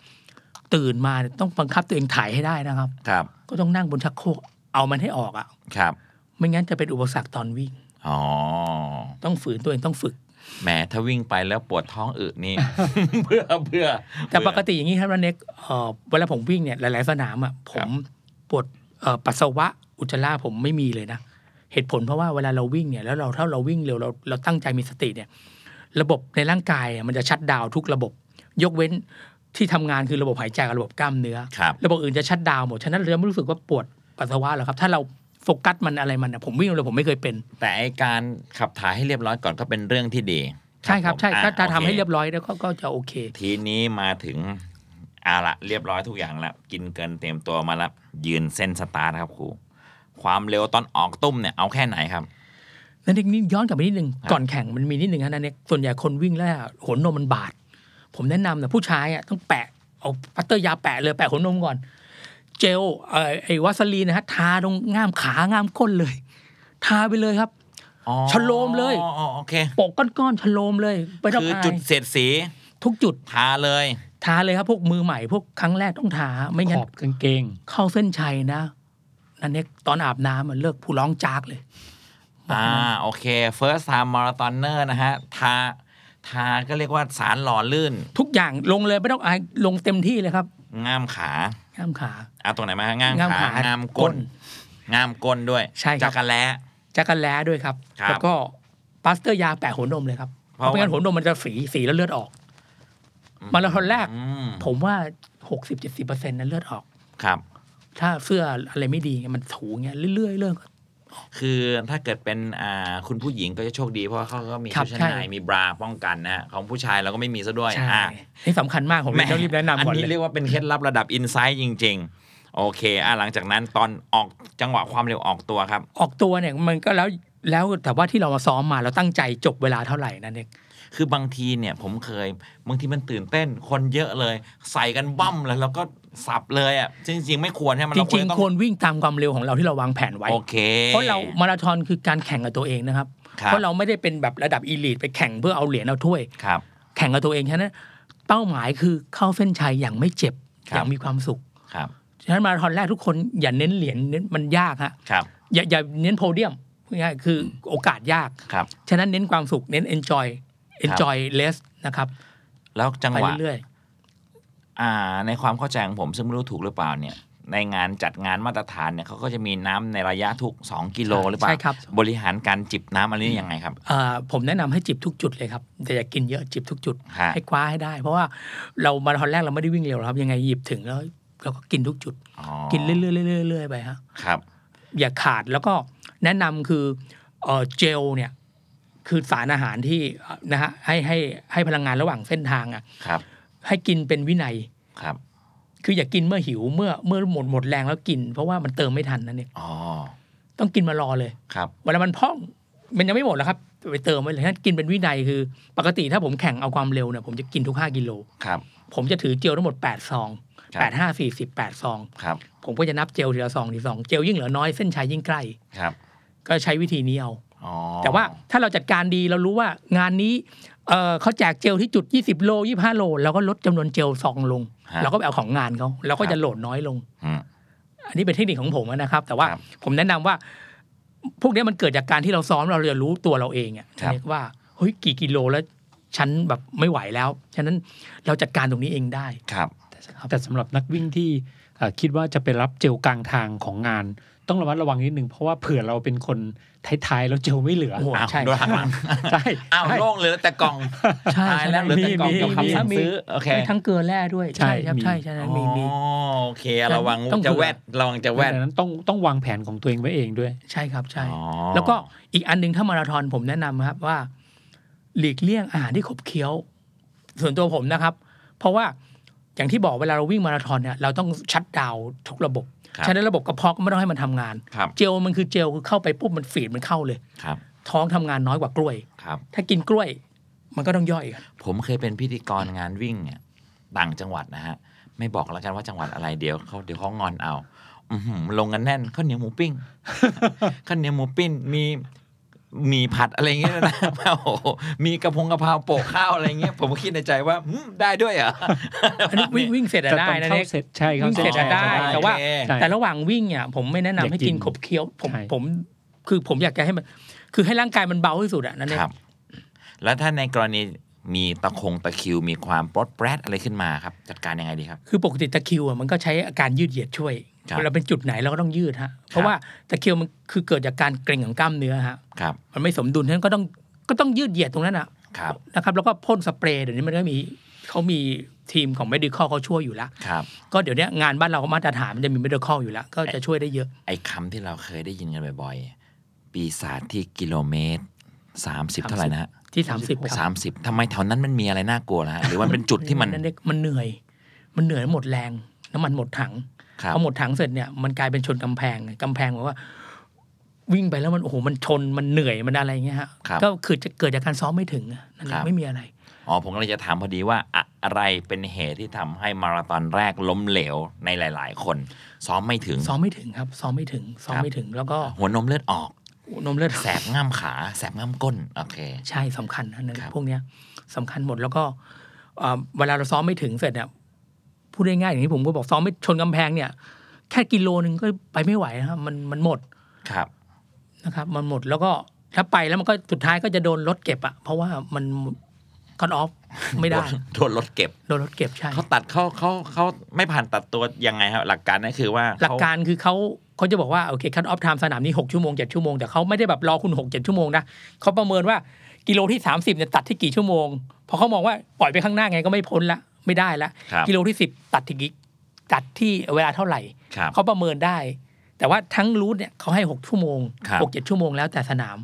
[SPEAKER 5] ตื่นมาเนี่ยต้องบังคับตัวเองถ่ายให้ได้นะครับ
[SPEAKER 3] ครับ
[SPEAKER 5] ก็ต้องนั่งบนชักโครกเอามันให้ออกอะ่ะ
[SPEAKER 3] ครับ
[SPEAKER 5] ไม่งั้นจะเป็นอุปสรรคตอนวิ่ง
[SPEAKER 3] อ๋อ
[SPEAKER 5] ต้องฝืนตัวเองต้องฝึก
[SPEAKER 3] แหม ถ้าวิ่งไปแล้วปวดท้องอืด นี่ เพื่อเพื่อ
[SPEAKER 5] แต่ปก
[SPEAKER 3] เพื่อ
[SPEAKER 5] ติอย่างนี้ครับนะเน็กเอ่อเวลาผมวิ่งเนี่ยหลาย ๆ สนามอะ่ะผมปวดเอ่อปัสสาวะอุจจาระผมไม่มีเลยนะ เหตุผลเพราะว่าเวลาเราวิ่งเนี่ยแล้วเราถ้าเราวิ่งเร็วเราเราตั้งใจมีสติเนี่ย ระบบในร่างกายอะมันจะชัดดาวน์ทุกระบบ ยกเว้นที่ทำงานคือระบบหายใจกับระบบกล้ามเนื้อ
[SPEAKER 3] ครับ
[SPEAKER 5] ระบบอื่นจะชัดดาวน์หมด ฉะนั้นเราจะไม่รู้สึกว่าปวดปัสสาวะหรอกครับ ถ้าเราโฟกัสมันอะไรมันอะผมวิ่งเลยผมไม่เคยเป็น
[SPEAKER 3] แต่ไอการขับถ่ายให้เรียบร้อยก่อนก็เป็นเรื่องที่ดี
[SPEAKER 5] ใช่ครับ
[SPEAKER 3] ผม
[SPEAKER 5] ใช่
[SPEAKER 3] อ่ะ
[SPEAKER 5] ถ้าถ้า
[SPEAKER 3] โอค
[SPEAKER 5] ทำให้เรียบร้อยแล้วก็ก็จะโอเค
[SPEAKER 3] ทีนี้มาถึงเอาละเรียบร้อยทุกอย่างแล้ว กินเกินเตรียมตัวมาแล้ว ยืนเส้นสตาร์ทครับครู ความเร็วตอนออกตุ้มเนี่ยเอาแค่ไหนครับ
[SPEAKER 5] นั่นเองนี่ย้อนกลับไปนิดนึง
[SPEAKER 3] ครับ
[SPEAKER 5] ก่อนแข่งมันมีนิดนึงนะนั่นเองส่วนใหญ่คนวิ่งแล้วขนนมมันบาด ผมแนะนำนะผู้ชายอ่ะต้องแปะเอาพัตเตอร์ยาแปะเลยแปะขนนมก่อน เจลเอ่อไอ้วัสลีนนะฮะทาตรงง่ามขาง่ามก้นเลย ทาไปเลยครับ
[SPEAKER 3] อ๋อ
[SPEAKER 5] ชะโลมเลย
[SPEAKER 3] อ๋ออ๋อโอเค
[SPEAKER 5] ปกก้อนๆชะโลมเลยไม่ต้อง
[SPEAKER 3] คือ
[SPEAKER 5] อาย
[SPEAKER 3] จุดเสียดสี
[SPEAKER 5] ทุกจุด
[SPEAKER 3] ทาเลย
[SPEAKER 5] ทาเลยครับพวกมือใหม่พวกครั้งแรกต้องทาไม่
[SPEAKER 4] ข
[SPEAKER 5] งั้น
[SPEAKER 4] อบกางเกง
[SPEAKER 5] เข้าเส้นชัยนะนั่นเนกตอนอาบน้ำมันเลิกผู้ร้องจากเลย
[SPEAKER 3] อ่าโอเค first time marathoner นะฮะ ทา ทาก็เรียกว่าสารหล่อลื่น
[SPEAKER 5] ทุกอย่างลงเลยไม่ต้องอายลงเต็มที่เลยครับ
[SPEAKER 3] ง่ามขา
[SPEAKER 5] ง่ามขา
[SPEAKER 3] เอาตรงไหนมาฮะง่าม
[SPEAKER 5] ง่าม
[SPEAKER 3] ขา
[SPEAKER 5] ขา
[SPEAKER 3] ง่ามก้น
[SPEAKER 5] ก้น
[SPEAKER 3] ง่ามก้นด้วย
[SPEAKER 5] ใช่ครับ
[SPEAKER 3] จักรแล้
[SPEAKER 5] จักรแล้ด้วยครับ
[SPEAKER 3] ครับ
[SPEAKER 5] แล้วก็ปลาสเตอร์ยาแปะหัวนมเลยครับ
[SPEAKER 3] เพ
[SPEAKER 5] เพ
[SPEAKER 3] ราะว่า
[SPEAKER 5] ราะไม่งั้นหัวนมมันจะฝีฝีแล้วเลือดออก มาราธอนแรก
[SPEAKER 3] อืม
[SPEAKER 5] ผมว่า 60-70%เปอร์เซ็นต์นั้นเลือดออก
[SPEAKER 3] ครับ
[SPEAKER 5] ถ้าเสื้ออะไรไม่ดีไงมันถูเงี้ยเรื่อยๆเรื่อย
[SPEAKER 3] คือถ้าเกิดเป็นอ่าคุณผู้หญิงก็จะโชคดีเพราะว่าเขาก็มี
[SPEAKER 5] ครับ
[SPEAKER 3] ชุดชั้น
[SPEAKER 5] ใช่
[SPEAKER 3] ในมีบราป้องกันนะฮะของผู้ชายเราก็ไม่มีซะด้วย
[SPEAKER 5] ๆใช่
[SPEAKER 3] อ่ะ
[SPEAKER 5] นี่สำคัญมากผมเลยต้องรีบแนะนำก่อ
[SPEAKER 3] อั
[SPEAKER 5] น
[SPEAKER 3] นนี้
[SPEAKER 5] เล
[SPEAKER 3] เรีย
[SPEAKER 5] ย
[SPEAKER 3] กว่าเป็นเคล็ดลับระดับอินไซต์จริง ๆ โอเคอ่ะหลังจากนั้นตอนออกจังหวะความเร็วออกตัวครับ
[SPEAKER 5] ออกตัวเนี่ยมันก็แล้วแล้วแต่ว่าที่เรามาซ้อมมาเราตั้งใจจบเวลาเท่าไหร่นั่นเอง
[SPEAKER 3] คือบางทีเนี่ยผมเคยบางทีมันตื่นเต้นคนเยอะเลย ใส่กันบั้มเลยแล้วก็สับเลยอ่ะซึ่งจริงๆไม่ควรใช่ไหมน
[SPEAKER 5] จ
[SPEAKER 3] เราคว
[SPEAKER 5] ริ
[SPEAKER 3] รง จะต้อ
[SPEAKER 5] ๆควรวิ่งตามความเร็วของเราที่เราวางแผนไว้
[SPEAKER 3] โอเค
[SPEAKER 5] เพราะเรามาราธอนคือการแข่งกับตัวเองนะครับ
[SPEAKER 3] ครับ
[SPEAKER 5] เพราะเราไม่ได้เป็นแบบระดับอีลิทไปแข่งเพื่อเอาเหรียญเอาถ้วย
[SPEAKER 3] ครับ
[SPEAKER 5] แข่งกับตัวเองฉะนั้นเป้าหมายคือเข้าเส้นชัยอย่างไม่เจ็บ
[SPEAKER 3] ครับ
[SPEAKER 5] อย่างมีความสุข
[SPEAKER 3] ครับ
[SPEAKER 5] ฉะนั้นมาราธอนแรกทุกคนอย่าเน้นเหรียญเน้นมันยากฮะ
[SPEAKER 3] ครับ
[SPEAKER 5] อย่าอย่าเน้นโพเดียมง่ายๆคือโอกาสยาก
[SPEAKER 3] ครับ
[SPEAKER 5] ฉะนั้นเน้นความสุขเน้น enjoy enjoy less นะครับ
[SPEAKER 3] แล้วจัง
[SPEAKER 5] ไป
[SPEAKER 3] หวะ
[SPEAKER 5] เรื่อยๆ
[SPEAKER 3] อ่าในความเข้าใจของผมซึ่งไม่รู้ถูกหรือเปล่าเนี่ยในงานจัดงานมาตรฐานเนี่ยเขาก็จะมีน้ำในระยะทุก 2 กิโลหรือเปล่า
[SPEAKER 5] ใช่ครับ
[SPEAKER 3] บริหารการจิบน้ำอะไรนี่ยังไงครับ
[SPEAKER 5] อ่าผมแนะนำให้จิบทุกจุดเลยครับแต่อย่ากินเยอะจิบทุกจุด
[SPEAKER 3] ฮะ
[SPEAKER 5] ให้คว้าให้ได้ เพราะว่าเรามาตอนแรกเราไม่ได้วิ่งเร็วหรอกครับ ยังไงหยิบถึงแล้วเราก็กินทุกจุด
[SPEAKER 3] อ๋อ
[SPEAKER 5] กินเรื่อยๆเรื่อยๆเรื่อยๆไปฮะ
[SPEAKER 3] ครับ
[SPEAKER 5] อย่าขาดแล้วก็แนะนำคือเอ่อเจลเนี่ยคือสารอาหารที่เอ่อนะฮะให้ให้ให้พลังงานระหว่างเส้นทางอ่ะ
[SPEAKER 3] ครับ
[SPEAKER 5] ให้กินเป็นวินัย
[SPEAKER 3] ครับ
[SPEAKER 5] คืออย่ากินเมื่อหิวเมื่อเมื่อหมดหมดแรงแล้วกิน เพราะว่ามันเติมไม่ทันนั่นเอง
[SPEAKER 3] อ๋อ
[SPEAKER 5] ต้องกินมารอเลย
[SPEAKER 3] ครับ
[SPEAKER 5] เวลามันพร่องมันยังไม่หมดแล้วครับ ไปเติมไว้เลยถ้ากินเป็นวินัยคือ ปกติถ้าผมแข่งเอาความเร็วเนี่ยผมจะกินทุก 5 กิโล
[SPEAKER 3] ครับ
[SPEAKER 5] ผมจะถือเจลทั้งหมด 8 ซอง
[SPEAKER 3] ครับ
[SPEAKER 5] 8 5 4 0 8 ซอง
[SPEAKER 3] ครับ
[SPEAKER 5] ผมก็จะนับเจลทีละซองทีละซอง เจลยิ่งเหลือน้อยเส้นชัยยิ่งใกล้
[SPEAKER 3] ครับ
[SPEAKER 5] ก็ใช้วิธีนี้เอา
[SPEAKER 3] อ๋อ
[SPEAKER 5] แต่ว่าถ้าเราจัดการดีเรารู้ว่างานนี้เอ่อเขาแจกเจลที่จุด 20 โล 25 โลเราก็ลดจำนวนเจลซองลง
[SPEAKER 3] ฮะ
[SPEAKER 5] เราก็ไปเอาของงานเขาเราก็
[SPEAKER 3] ครั
[SPEAKER 5] จะ
[SPEAKER 3] บ
[SPEAKER 5] โหลดน้อยลง
[SPEAKER 3] อืม
[SPEAKER 5] อันนี้เป็นเทคนิคของผมนะครับ แต่ว่า
[SPEAKER 3] ครับ
[SPEAKER 5] ผมแนะนำว่า พวกเนี้ยมันเกิดจากการที่เราซ้อมเราเรียนรู้ตัวเราเองอะ
[SPEAKER 3] ครับ
[SPEAKER 5] เรียกว่าเฮ้ยกี่กิโลแล้วฉันแบบไม่ไหวแล้ว ฉะนั้นเราจัดการตรงนี้เองได้
[SPEAKER 3] ครับ
[SPEAKER 5] ครับ
[SPEAKER 4] แต่สำหรับนักวิ่งที่เอ่อคิดว่าจะไปรับเจลกลางทางของงาน ต้องระมัดระวังนิดนึงเพราะว่าเผื่อเราเป็นคนท้ายๆแล้วเจลไม่เหลือ
[SPEAKER 5] โอ้โห
[SPEAKER 3] อ้าว
[SPEAKER 5] ใช่
[SPEAKER 3] โดนหักหลัง
[SPEAKER 4] ใช่
[SPEAKER 3] อ้าว
[SPEAKER 4] ใช่
[SPEAKER 3] โล่งเหลยแต่กล่อง
[SPEAKER 5] ใช่
[SPEAKER 3] ตาย
[SPEAKER 5] ใช่
[SPEAKER 3] แล้วเหลือแต่กล่อง
[SPEAKER 4] มี
[SPEAKER 3] กับ
[SPEAKER 4] มี
[SPEAKER 3] คำสั่ง
[SPEAKER 4] มี
[SPEAKER 3] ซื้อโอเค
[SPEAKER 5] ใช่ทั้งเกลือแร่ด้วย
[SPEAKER 4] ใช่
[SPEAKER 5] ใช่ครับ
[SPEAKER 4] มี
[SPEAKER 5] ใช่ใช่ใช่มีมี
[SPEAKER 3] อ๋อโอเคระวัง
[SPEAKER 5] ต้อง
[SPEAKER 3] จะแวดระวังจะแวด
[SPEAKER 4] ดังนั้นต้องต้องวางแผนของตัวเองไว้เองด้วย
[SPEAKER 5] ใช่ครับใช่
[SPEAKER 3] อ๋อ
[SPEAKER 5] แล้วก็อีกอันหนึงถ้ามาราธอนผมแนะนำครับว่า หลีกเลี่ยงอาหารที่ขบเคี้ยว ส่วนตัวผมนะครับ เพราะว่าอย่างที่บอกเวลาเราวิ่งมาราธอนเนี่ยเราต้องชัดดาวน์ทุกระบบ
[SPEAKER 3] ครับ
[SPEAKER 5] ฉะนั้นระบบกระเพาะก็ไม่ต้องให้มันทำงาน
[SPEAKER 3] ครับ
[SPEAKER 5] เจลมันคือเจลคือเข้าไปปุ๊บมันฝีดมันเข้าเลย
[SPEAKER 3] ครับ
[SPEAKER 5] ท้องทำงานน้อยกว่ากล้วย
[SPEAKER 3] ครับ
[SPEAKER 5] ถ้ากินกล้วย มันก็ต้องย่อยกัน
[SPEAKER 3] ผมเคยเป็นพิธีกรงานวิ่งเนี่ยต่างจังหวัดนะฮะ ไม่บอกแล้วกันว่าจังหวัดอะไรเดี๋ยวเขาเดี๋ยวเขางอนเอาอือหือลงกันแน่นข้าวเหนียวหมูปิ้ง ข้าวเหนียวหมูปิ้งมีหมีผัดอะไรอย่างเงี้ยนะ โอ้โหมีกระพงกะเพราโปะข้าวอะไรเงี้ย ผมก็คิดในใจว่าหืมได้ด้วยเหรอ
[SPEAKER 5] อันนี้วิ่งวิ่งเสร็จอะ
[SPEAKER 4] แต่
[SPEAKER 5] ได้
[SPEAKER 4] ต้อง
[SPEAKER 5] นะ
[SPEAKER 4] เข้า
[SPEAKER 5] เนี่ย
[SPEAKER 4] เสร็จใช่เข้า
[SPEAKER 5] วิ่งเสร็จอะได้
[SPEAKER 4] ใช่
[SPEAKER 5] แต่ว่า
[SPEAKER 3] โอเค
[SPEAKER 4] ใช่
[SPEAKER 5] แต่ระหว่างวิ่งเนี่ยผมไม่แนะนำให้
[SPEAKER 4] อย่ากิน
[SPEAKER 5] กินขบเคี้ยวผม
[SPEAKER 4] ใช่
[SPEAKER 5] ผมคือผมอยากจะให้มัน คือให้ร่างกายมันเบาที่สุดอะนั่นเอง
[SPEAKER 3] ครับ แล้วถ้าในกรณีมีตะคงตะคริวมีความปลดแปรดอะไรขึ้นมาครับ จัดการยังไงดีครับ
[SPEAKER 5] คือปกติตะคริวอะมันก็ใช้อาการยืดเหยียดช่วย
[SPEAKER 3] ครับ
[SPEAKER 5] เวลาเป็นจุดไหนเราก็ต้องยืดฮะ
[SPEAKER 3] ค
[SPEAKER 5] เพ
[SPEAKER 3] รั
[SPEAKER 5] ราะ
[SPEAKER 3] บ
[SPEAKER 5] ว่าตะคริวมันคือเกิดจากการเกร็งของกล้ามเนื้อฮะ
[SPEAKER 3] ครับ
[SPEAKER 5] มันไม่สมดุลฉะนั้นก็ต้องก็ต้องยืดเหยียดตรงนั้นอะ
[SPEAKER 3] ครับ
[SPEAKER 5] นะครับ แล้วก็พ่นสเปรย์เดี๋ยวนี้มันก็มี เขามีทีมของ medical เขาช่วยอยู่แล้ว
[SPEAKER 3] ครับ
[SPEAKER 5] ก็เดี๋ยวเนี้ยงานบ้านเราก็มาตรฐานมันจะมี medical อยู่แล้ว ก็จะช่วยได้เยอะ
[SPEAKER 3] ไอ้คำที่เราเคยได้ยินกันบ่อยๆ ปีศาจที่กิโลเมตร 30 เท่าไหร่นะฮะ
[SPEAKER 5] ที่ 30ครับ
[SPEAKER 3] สามสิบทำไมแถวนั้นมันมีอะไรน่ากลัวล่ะฮะหรือมันเป็นจุดที่มัน
[SPEAKER 5] เด็กมันเหนื่อย มันเหนื่อยหมดแรงน้ำมันหมดถัง
[SPEAKER 3] ครับ
[SPEAKER 5] พอหมดถังเสร็จเนี่ยมันกลายเป็นชนกำแพงกำแพงบอกว่า วิ่งไปแล้วมันโอ้โหมันชนมันเหนื่อยมันอะไรอย่างเงี้ยฮะ
[SPEAKER 3] ครับ
[SPEAKER 5] ก็คือจะเกิดจากการซ้อมไม่ถึงอะนั่นเอ
[SPEAKER 3] ครั
[SPEAKER 5] ง
[SPEAKER 3] บ
[SPEAKER 5] ไม่มีอะไร
[SPEAKER 3] อ๋อผมก็เลยจะถามพอดีว่าอะอะไรเป็นเหตุที่ทำให้มาราธอนแรกล้มเหลวในหลาย ๆ คน ซ้อมไม่ถึง
[SPEAKER 5] ซ้อมไม่ถึงครับ ซ้อมไม่ถึง ซ้อม
[SPEAKER 3] ครับ
[SPEAKER 5] ไม่ถึง แล้วก็
[SPEAKER 3] หัวนมเลือดออก
[SPEAKER 5] นมเลือด
[SPEAKER 3] แสบง่ามขา แสบง่ามก้น โอเค
[SPEAKER 5] ใช่สำคัญนะนั่น
[SPEAKER 3] ครับ
[SPEAKER 5] พวกเนี้ยสำคัญหมดแล้วก็เอ่อเวลาเราซ้อมไม่ถึงเสร็จเนี่ยพูดง่ายๆอย่างที่ผมก็บอกซ้อมไม่ชนกำแพงเนี่ย แค่กิโลนึงก็ไปไม่ไหวนะครับมันมันหมด
[SPEAKER 3] ครับ
[SPEAKER 5] นะครับ มันหมดแล้วก็ถ้าไปแล้วมันก็สุดท้ายก็จะโดนรถเก็บอะเพราะว่ามันคัตออฟไม่ ได้
[SPEAKER 3] โดนรถเก็บ
[SPEAKER 5] โดนรถเก็บใช่
[SPEAKER 3] เขาตัดเขาเขาเขาไม่ผ่านตัดตัวยังไงครับ หลักการนั่นคือว่า
[SPEAKER 5] หลัก
[SPEAKER 3] เข
[SPEAKER 5] การคือเขาเขาจะบอกว่าโอเคคัตออฟไทม์สนามนี้6ชั่วโมง7ชั่วโมงแต่เขาไม่ได้แบบรอคุณ6 7ชั่วโมงนะเขาประเมินว่ากิโลที่ 30เนี่ยตัดที่กี่ชั่วโมงเพอเขามองว่าปล่อยไปข้างหน้าไงก็ไม่พ้นละไม่ได้ละ
[SPEAKER 3] ครับ
[SPEAKER 5] กิโลที่ 10 ตัดที่กิตัดที่เวลาเท่าไหร่
[SPEAKER 3] ครับ
[SPEAKER 5] เขาประเมินได้ แต่ว่าทั้งรูทเนี่ยเขาให้ 6 ชั่วโมง
[SPEAKER 3] ครับ
[SPEAKER 5] 6 7 ชั่วโมงแล้วแต่สนาม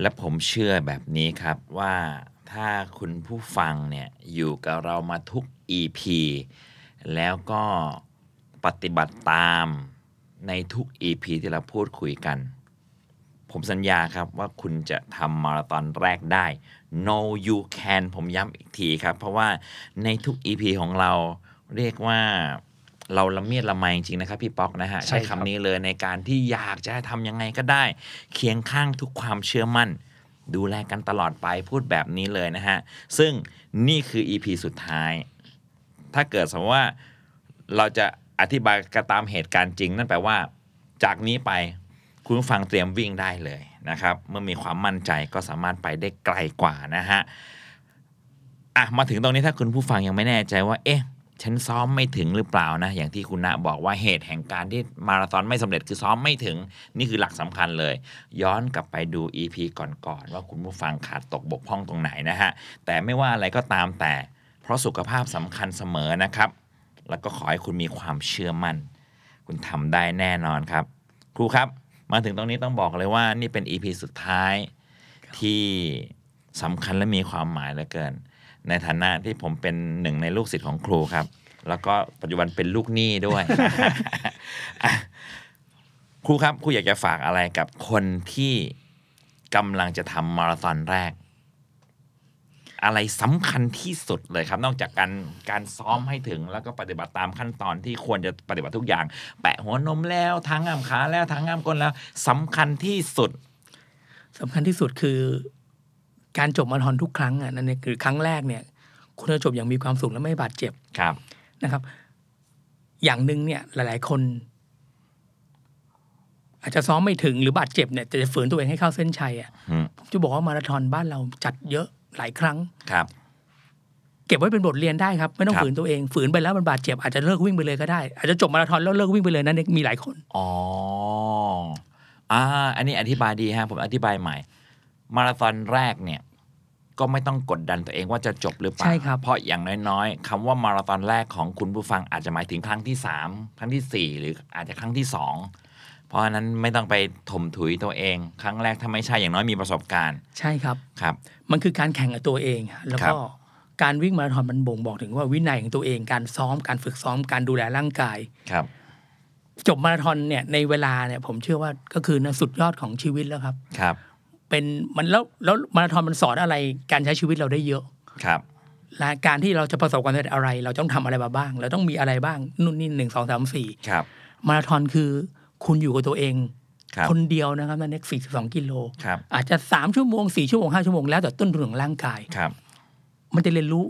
[SPEAKER 3] และผมเชื่อแบบนี้ครับว่าถ้าคุณผู้ฟังเนี่ยอยู่กับเรามาทุก EP แล้วก็ปฏิบัติตามในทุก EP ที่เราพูดคุยกัน ผมสัญญาครับว่าคุณจะทำมาราธอนแรกได้ no you can ผมย้ำอีกทีครับ เพราะว่าในทุก EP ของเราเรียกว่าเราละเมียดละไมจริงๆนะครับพี่ป๊อกนะฮะ
[SPEAKER 4] ใช่
[SPEAKER 3] ใช้
[SPEAKER 4] ครั
[SPEAKER 3] คำ
[SPEAKER 4] บ
[SPEAKER 3] นี้ นี้เลยในการที่อยากจะทำยังไงก็ได้ เคียงข้างทุกความเชื่อมั่น ดูแลกันตลอดไปพูดแบบนี้เลยนะฮะ ซึ่งนี่คือ EP สุดท้าย ถ้าเกิดสมมติว่าเราจะอธิบายกันตามเหตุการณ์จริง นั่นแปลว่า จากนี้ไปคุณผู้ฟังเตรียมวิ่งได้เลยนะครับ เมื่อมีความมั่นใจก็สามารถไปได้ไกลกว่านะฮะ อ่ะมาถึงตรงนี้ถ้าคุณผู้ฟังยังไม่แน่ใจว่า เอ๊ะ ฉันซ้อมไม่ถึงหรือเปล่านะ อย่างที่คุณณะบอกว่าเหตุแห่งการที่มาราธอนไม่สำเร็จคือซ้อมไม่ถึง นี่คือหลักสำคัญเลย ย้อนกลับไปดู EP ก่อนๆว่าคุณผู้ฟังขาดตกบกพร่องตรงไหนนะฮะ แต่ไม่ว่าอะไรก็ตามแต่ เพราะสุขภาพสำคัญเสมอนะครับ แล้วก็ขอให้คุณมีความเชื่อมั่น คุณทำได้แน่นอนครับ ครูครับ มาถึงตรงนี้ต้องบอกเลยว่านี่เป็น EP สุดท้าย ที่สำคัญและมีความหมายเหลือเกิน ในฐานะที่ผมเป็นหนึ่งในลูกศิษย์ของครูครับ แล้วก็ปัจจุบันเป็นลูกหนี้ด้วย อ่ะครูครับครูอยากจะฝากอะไรกับคนที่กำลังจะทำมาราธอนแรก อะไรสำคัญที่สุดเลยครับ นอกจากการการซ้อมให้ถึง แล้วก็ปฏิบัติตามขั้นตอนที่ควรจะปฏิบัติทุกอย่าง แปะหัวนมแล้วทางงามขาแล้วทางงามก้นแล้วสำคัญที่สุด
[SPEAKER 5] สำคัญที่สุดคือ การจบมาราธอนทุกครั้งอ่ะนั่นเนี่ยคือครั้งแรกเนี่ย คุณจะจบอย่างมีความสุขและไม่บาดเจ็บ
[SPEAKER 3] ครับ
[SPEAKER 5] นะครับ อย่างหนึ่งเนี่ย หลาย ๆ คน อาจจะซ้อมไม่ถึงหรือบาดเจ็บเนี่ยแต่จะฝืนตัวเองให้เข้าเส้นชัยอ่ะ
[SPEAKER 3] อืม
[SPEAKER 5] ผมจะบอกว่ามาราธอนบ้านเราจัดเยอะหลายครั้ง
[SPEAKER 3] ครับ
[SPEAKER 5] เก็บไว้เป็นบทเรียนได้ครับ ไม่ต้อง
[SPEAKER 3] ครับ
[SPEAKER 5] ฝืนตัวเองฝืนไปแล้วมันบาดเจ็บอาจจะเลิกวิ่งไปเลยก็ได้ อาจจะจบมาราธอนแล้วเลิกวิ่งไปเลยนั่นเองมีหลายคน
[SPEAKER 3] อ๋อ อ่า อันนี้อธิบายดีฮะ ผมอธิบายใหม่ มาราธอนแรกเนี่ย ก็ไม่ต้องกดดันตัวเองว่าจะจบหรือเปล่า
[SPEAKER 5] ใช่ครับ
[SPEAKER 3] เพราะอย่างน้อยๆคำว่ามาราธอนแรกของคุณผู้ฟังอาจจะหมายถึงครั้งที่สามครั้งที่สี่หรืออาจจะครั้งที่สองเพราะฉะนั้นไม่ต้องไปถมถุยตัวเอง ครั้งแรกถ้าไม่ใช่อย่างน้อยมีประสบการณ์
[SPEAKER 5] ใช่ครับ
[SPEAKER 3] ครับ
[SPEAKER 5] มันคือการแข่งกับตัวเองอะแล้ว
[SPEAKER 3] ครั
[SPEAKER 5] ก็
[SPEAKER 3] บ
[SPEAKER 5] การวิ่งมาราธอนมันบ่งบอกถึงว่าวินัยของตัวเองการซ้อมการฝึกซ้อมการดูแลร่างกาย
[SPEAKER 3] ครับ
[SPEAKER 5] จบมาราธอนเนี่ยในเวลาเนี่ยผมเชื่อว่าก็คือนะสุดยอดของชีวิตแล้วครับ
[SPEAKER 3] ครับ
[SPEAKER 5] เป็นมันแล้วแล้วมาราธอนมันสอนอะไรการใช้ชีวิตเราได้เยอะ
[SPEAKER 3] ครับ
[SPEAKER 5] และการที่เราจะประสบความสำเร็จอะไร เราต้องทำอะไรมาบ้าง เราต้องมีอะไรบ้างนู่นนี่หนึ่งสองสามสี่
[SPEAKER 3] ครับ
[SPEAKER 5] มาราธอนคือคุณอยู่กับตัวเอง
[SPEAKER 3] ครับ
[SPEAKER 5] คนเดียวนะครับนั่นเองสี่สิบสองกิโล
[SPEAKER 3] ครับ
[SPEAKER 5] อาจจะสามชั่วโมงสี่ชั่วโมงห้าชั่วโมงแล้วแต่ต้นทุนของร่างกาย
[SPEAKER 3] ครับ
[SPEAKER 5] มันจะเรียนรู้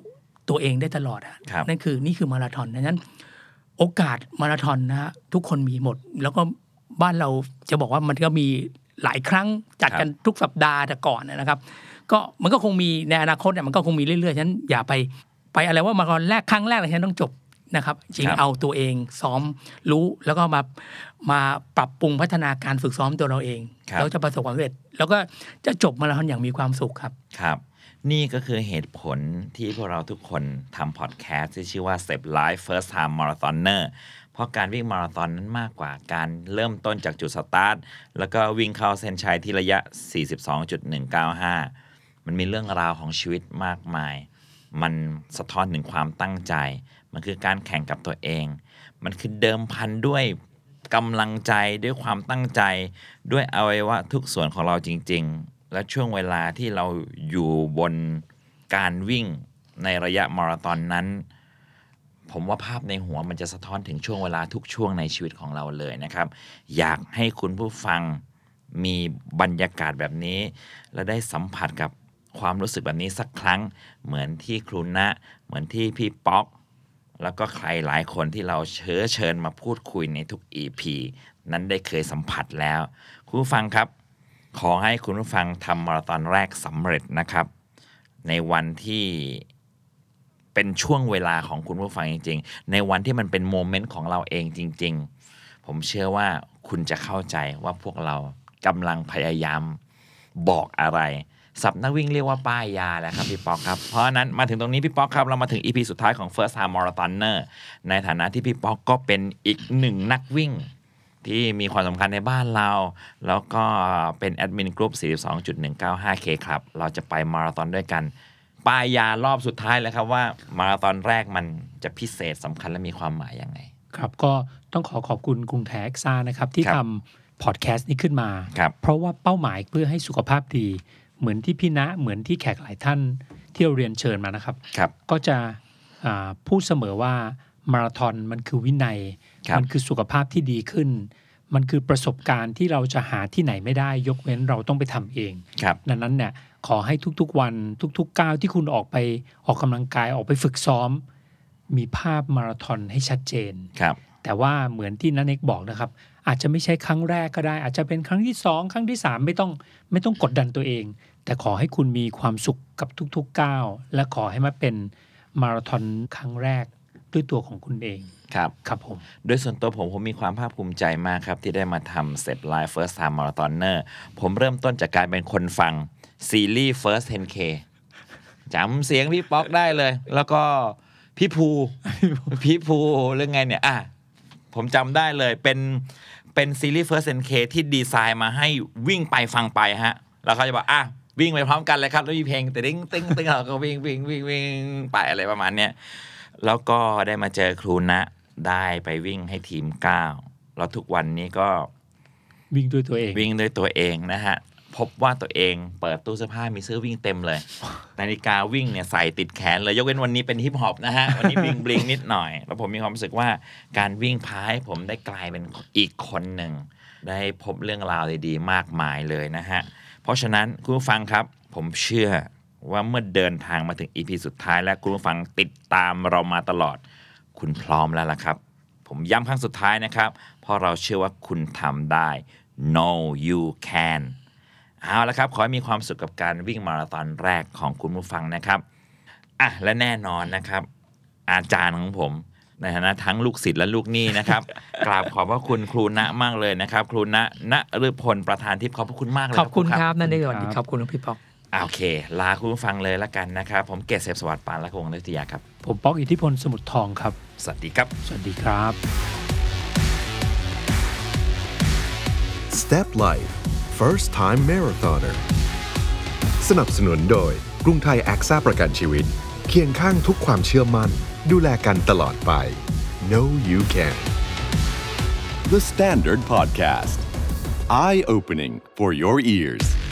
[SPEAKER 5] ตัวเองได้ตลอดอะ
[SPEAKER 3] ครับ
[SPEAKER 5] นั่นคือนี่คือมาราธอนดังนั้น โอกาสมาราธอนนะฮะทุกคนมีหมด แล้วก็บ้านเราจะบอกว่ามันก็มีหลายครั้งจัดกันทุกสัปดาห์แต่ก่อนนะครับ ก็มันก็คงมีในอนาคตเนี่ยมันก็คงมีเรื่อยๆฉะนันอย่าไปไปอะไรว่ามาราธอนแรกครั้งแรกเลยฉะนันต้องจบนะครับ จริง
[SPEAKER 3] ครับ
[SPEAKER 5] เอาตัวเองซ้อมรู้แล้วก็มามาปรับปรุงพัฒนาการฝึกซ้อมตัวเราเองแล้วจะประสบความสำเร็จ แล้วก็จะจบมาราธอนอย่างมีความสุขครับ
[SPEAKER 3] ครับ นี่ก็คือเหตุผลที่พวกเราทุกคนทำพอดแคสต์ที่ชื่อว่า Step Life First Time Marathoner เพราะการวิ่งมาราธอนนั้นมากกว่าการเริ่มต้นจากจุดสตาร์ท แล้วก็วิ่งเข้าเส้นชัยที่ระยะ 42.195 มันมีเรื่องราวของชีวิตมากมาย มันสะท้อนถึงความตั้งใจ มันคือการแข่งกับตัวเอง มันคือเดิมพันด้วยกำลังใจด้วยความตั้งใจ ด้วยอวัยวะทุกส่วนของเราจริง ๆ และช่วงเวลาที่เราอยู่บนการวิ่งในระยะมาราธอนนั้น ผมว่าภาพในหัวมันจะสะท้อนถึงช่วงเวลาทุกช่วงในชีวิตของเราเลยนะครับ อยากให้คุณผู้ฟังมีบรรยากาศแบบนี้ และได้สัมผัสกับความรู้สึกแบบนี้สักครั้ง เหมือนที่ครูณนะ เหมือนที่พี่ป๊อก แล้วก็ใครหลายคนที่เราเชื้อเชิญมาพูดคุยในทุก EP นั้นได้เคยสัมผัสแล้ว คุณผู้ฟังครับ ขอให้คุณผู้ฟังทำมาราธอนแรกสำเร็จนะครับ ในวันที่ เป็นช่วงเวลาของคุณผู้ฟังจริง ๆ ในวันที่มันเป็นโมเมนต์ของเราเองจริง ๆ ผมเชื่อว่าคุณจะเข้าใจว่าพวกเรากำลังพยายามบอกอะไรสับนักวิ่งเรียกว่าป้ายยาแหละครับพี่ป๊อกครับ เพราะฉะนั้นมาถึงตรงนี้พี่ป๊อกครับ เรามาถึง EP สุดท้ายของ First Time Marathoner ในฐานะที่พี่ป๊อกก็เป็นอีกหนึ่งนักวิ่ง ที่มีความสำคัญในบ้านเรา แล้วก็เป็นแอดมินกรุ๊ป42.195K ครับ เราจะไปมาราธอนด้วยกัน ปลายยารอบสุดท้ายแล้วครับว่า มาราธอนแรกมันจะพิเศษสำคัญและมีความหมายยังไง
[SPEAKER 4] ครับก็ต้องขอขอบคุณกรุงแท็กซ่านะครับ ที่
[SPEAKER 3] ครับ
[SPEAKER 4] ทำพอดแคสต์นี้ขึ้นมา
[SPEAKER 3] ครับ
[SPEAKER 4] เพราะว่าเป้าหมายเพื่อให้สุขภาพดี เหมือนที่พี่ณะเหมือนที่แขกหลายท่านที่เราเรียนเชิญมานะครับ
[SPEAKER 3] ครับ
[SPEAKER 4] ก็จะอ่าพูดเสมอว่ามาราธอนมันคือวินัย
[SPEAKER 3] ครับ
[SPEAKER 4] มัคือสุขภาพที่ดีขึ้น มันคือประสบการณ์ที่เราจะหาที่ไหนไม่ได้ ยกเว้นเราต้องไปทำเอง
[SPEAKER 3] ครับ
[SPEAKER 4] ดังนั้นเนี่ยขอให้ทุกๆวันทุกๆก้าวที่คุณออกไปออกกำลังกายออกไปฝึกซ้อม มีภาพมาราธอนให้ชัดเจน
[SPEAKER 3] ครับ
[SPEAKER 4] แต่ว่าเหมือนที่นันเอกบอกนะครับ อาจจะไม่ใช่ครั้งแรกก็ได้ อาจจะเป็นครั้งที่ 2 ครั้งที่ 3 ไม่ต้องไม่ต้องกดดันตัวเอง แต่ขอให้คุณมีความสุขกับทุกๆก้าวและขอให้มาเป็นมาราธอนครั้งแรกด้วยตัวของคุณเอง
[SPEAKER 3] ครับ
[SPEAKER 4] ครับผม
[SPEAKER 3] โดยส่วนตัวผมผมมีความภาคภูมิใจมากครับ ที่ได้มาทำ Step Life First Time Marathoner ผมเริ่มต้นจากการเป็นคนฟัง ซีรีส์ First 10K จำเสียงพี่ป๊อกได้เลย แล้วก็พี่ภู พี่ภูเรื่องไงเนี่ย อ่ะ ผมจำได้เลยเป็นเป็นซีรีส์ First 10K ที่ดีไซน์มาให้วิ่งไปฟังไปฮะ แล้วเขาจะบอกอ่ะ วิ่งไปพร้อมกันเลยครับ แล้วมีเพลงติ้งติ้งติ้งเราก็วิ่งวิ่งวิ่งวิ่งไปอะไรประมาณเนี้ย แล้วก็ได้มาเจอครูณนะได้ไปวิ่งให้ทีม 9 แล้วทุกวันนี้ก็
[SPEAKER 4] วิ่งด้วยตัวเอง
[SPEAKER 3] วิ่งด้วยตัวเองนะฮะ พบว่าตัวเองเปิดตู้เสื้อผ้ามีเสื้อวิ่งเต็ม เลย นาฬิกาวิ่งเนี่ยใส่ติดแขนเลยยกเว้นวันนี้เป็นฮิปฮอป นะฮะ วันนี้บลิงบลิงนิดหน่อย แล้วผมมีความรู้สึกว่าการวิ่งพาให้ผมได้กลายเป็นอีกคนหนึ่ง ได้พบเรื่องราวดีๆ มากมายเลยนะฮะ เพราะฉะนั้นคุณผู้ฟังครับ ผมเชื่อว่าเมื่อเดินทางมาถึงอีพีสุดท้ายและคุณผู้ฟังติดตามเรามาตลอด คุณพร้อมแล้วล่ะครับ ผมย้ำครั้งสุดท้ายนะครับ เพราะเราเชื่อว่าคุณทำได้ no you can เอาละครับ ขอให้มีความสุขกับการวิ่งมาราธอนแรกของคุณผู้ฟังนะครับ อ่ะและแน่นอนนะครับ อาจารย์ของผมในฐานะทั้งลูกศิษย์และลูกหนี้นะครับ กราบขอบพระคุณครูณะมากเลยนะครับ ครูณะณฤพลประธานทิพย์ขอบพระคุณมากเลย
[SPEAKER 5] ขอบคุณ
[SPEAKER 3] ค
[SPEAKER 5] ค
[SPEAKER 3] รั
[SPEAKER 5] รับนั่นเอง
[SPEAKER 4] ครับ
[SPEAKER 5] ขอบคุณครับพี่ป๊อก
[SPEAKER 3] อ่าโอเค ลาคุณผู้ฟังเลยละกันนะครับ ผมเกษเสพสวัสดิ์ปานและคงนิตยาครับ
[SPEAKER 4] ผมป๊อกอิทธิพลสมุทรทองครับ
[SPEAKER 3] สวัสดีครับ
[SPEAKER 4] สวัสดีครับ
[SPEAKER 2] Step Life First Time Marathoner สนับสนุนโดยกรุงไทยแอคซ่าประกันชีวิต เคียงข้างทุกความเชื่อมั่น ดูแลกันตลอดไป No you can
[SPEAKER 1] The Standard Podcast. Eye opening for your ears.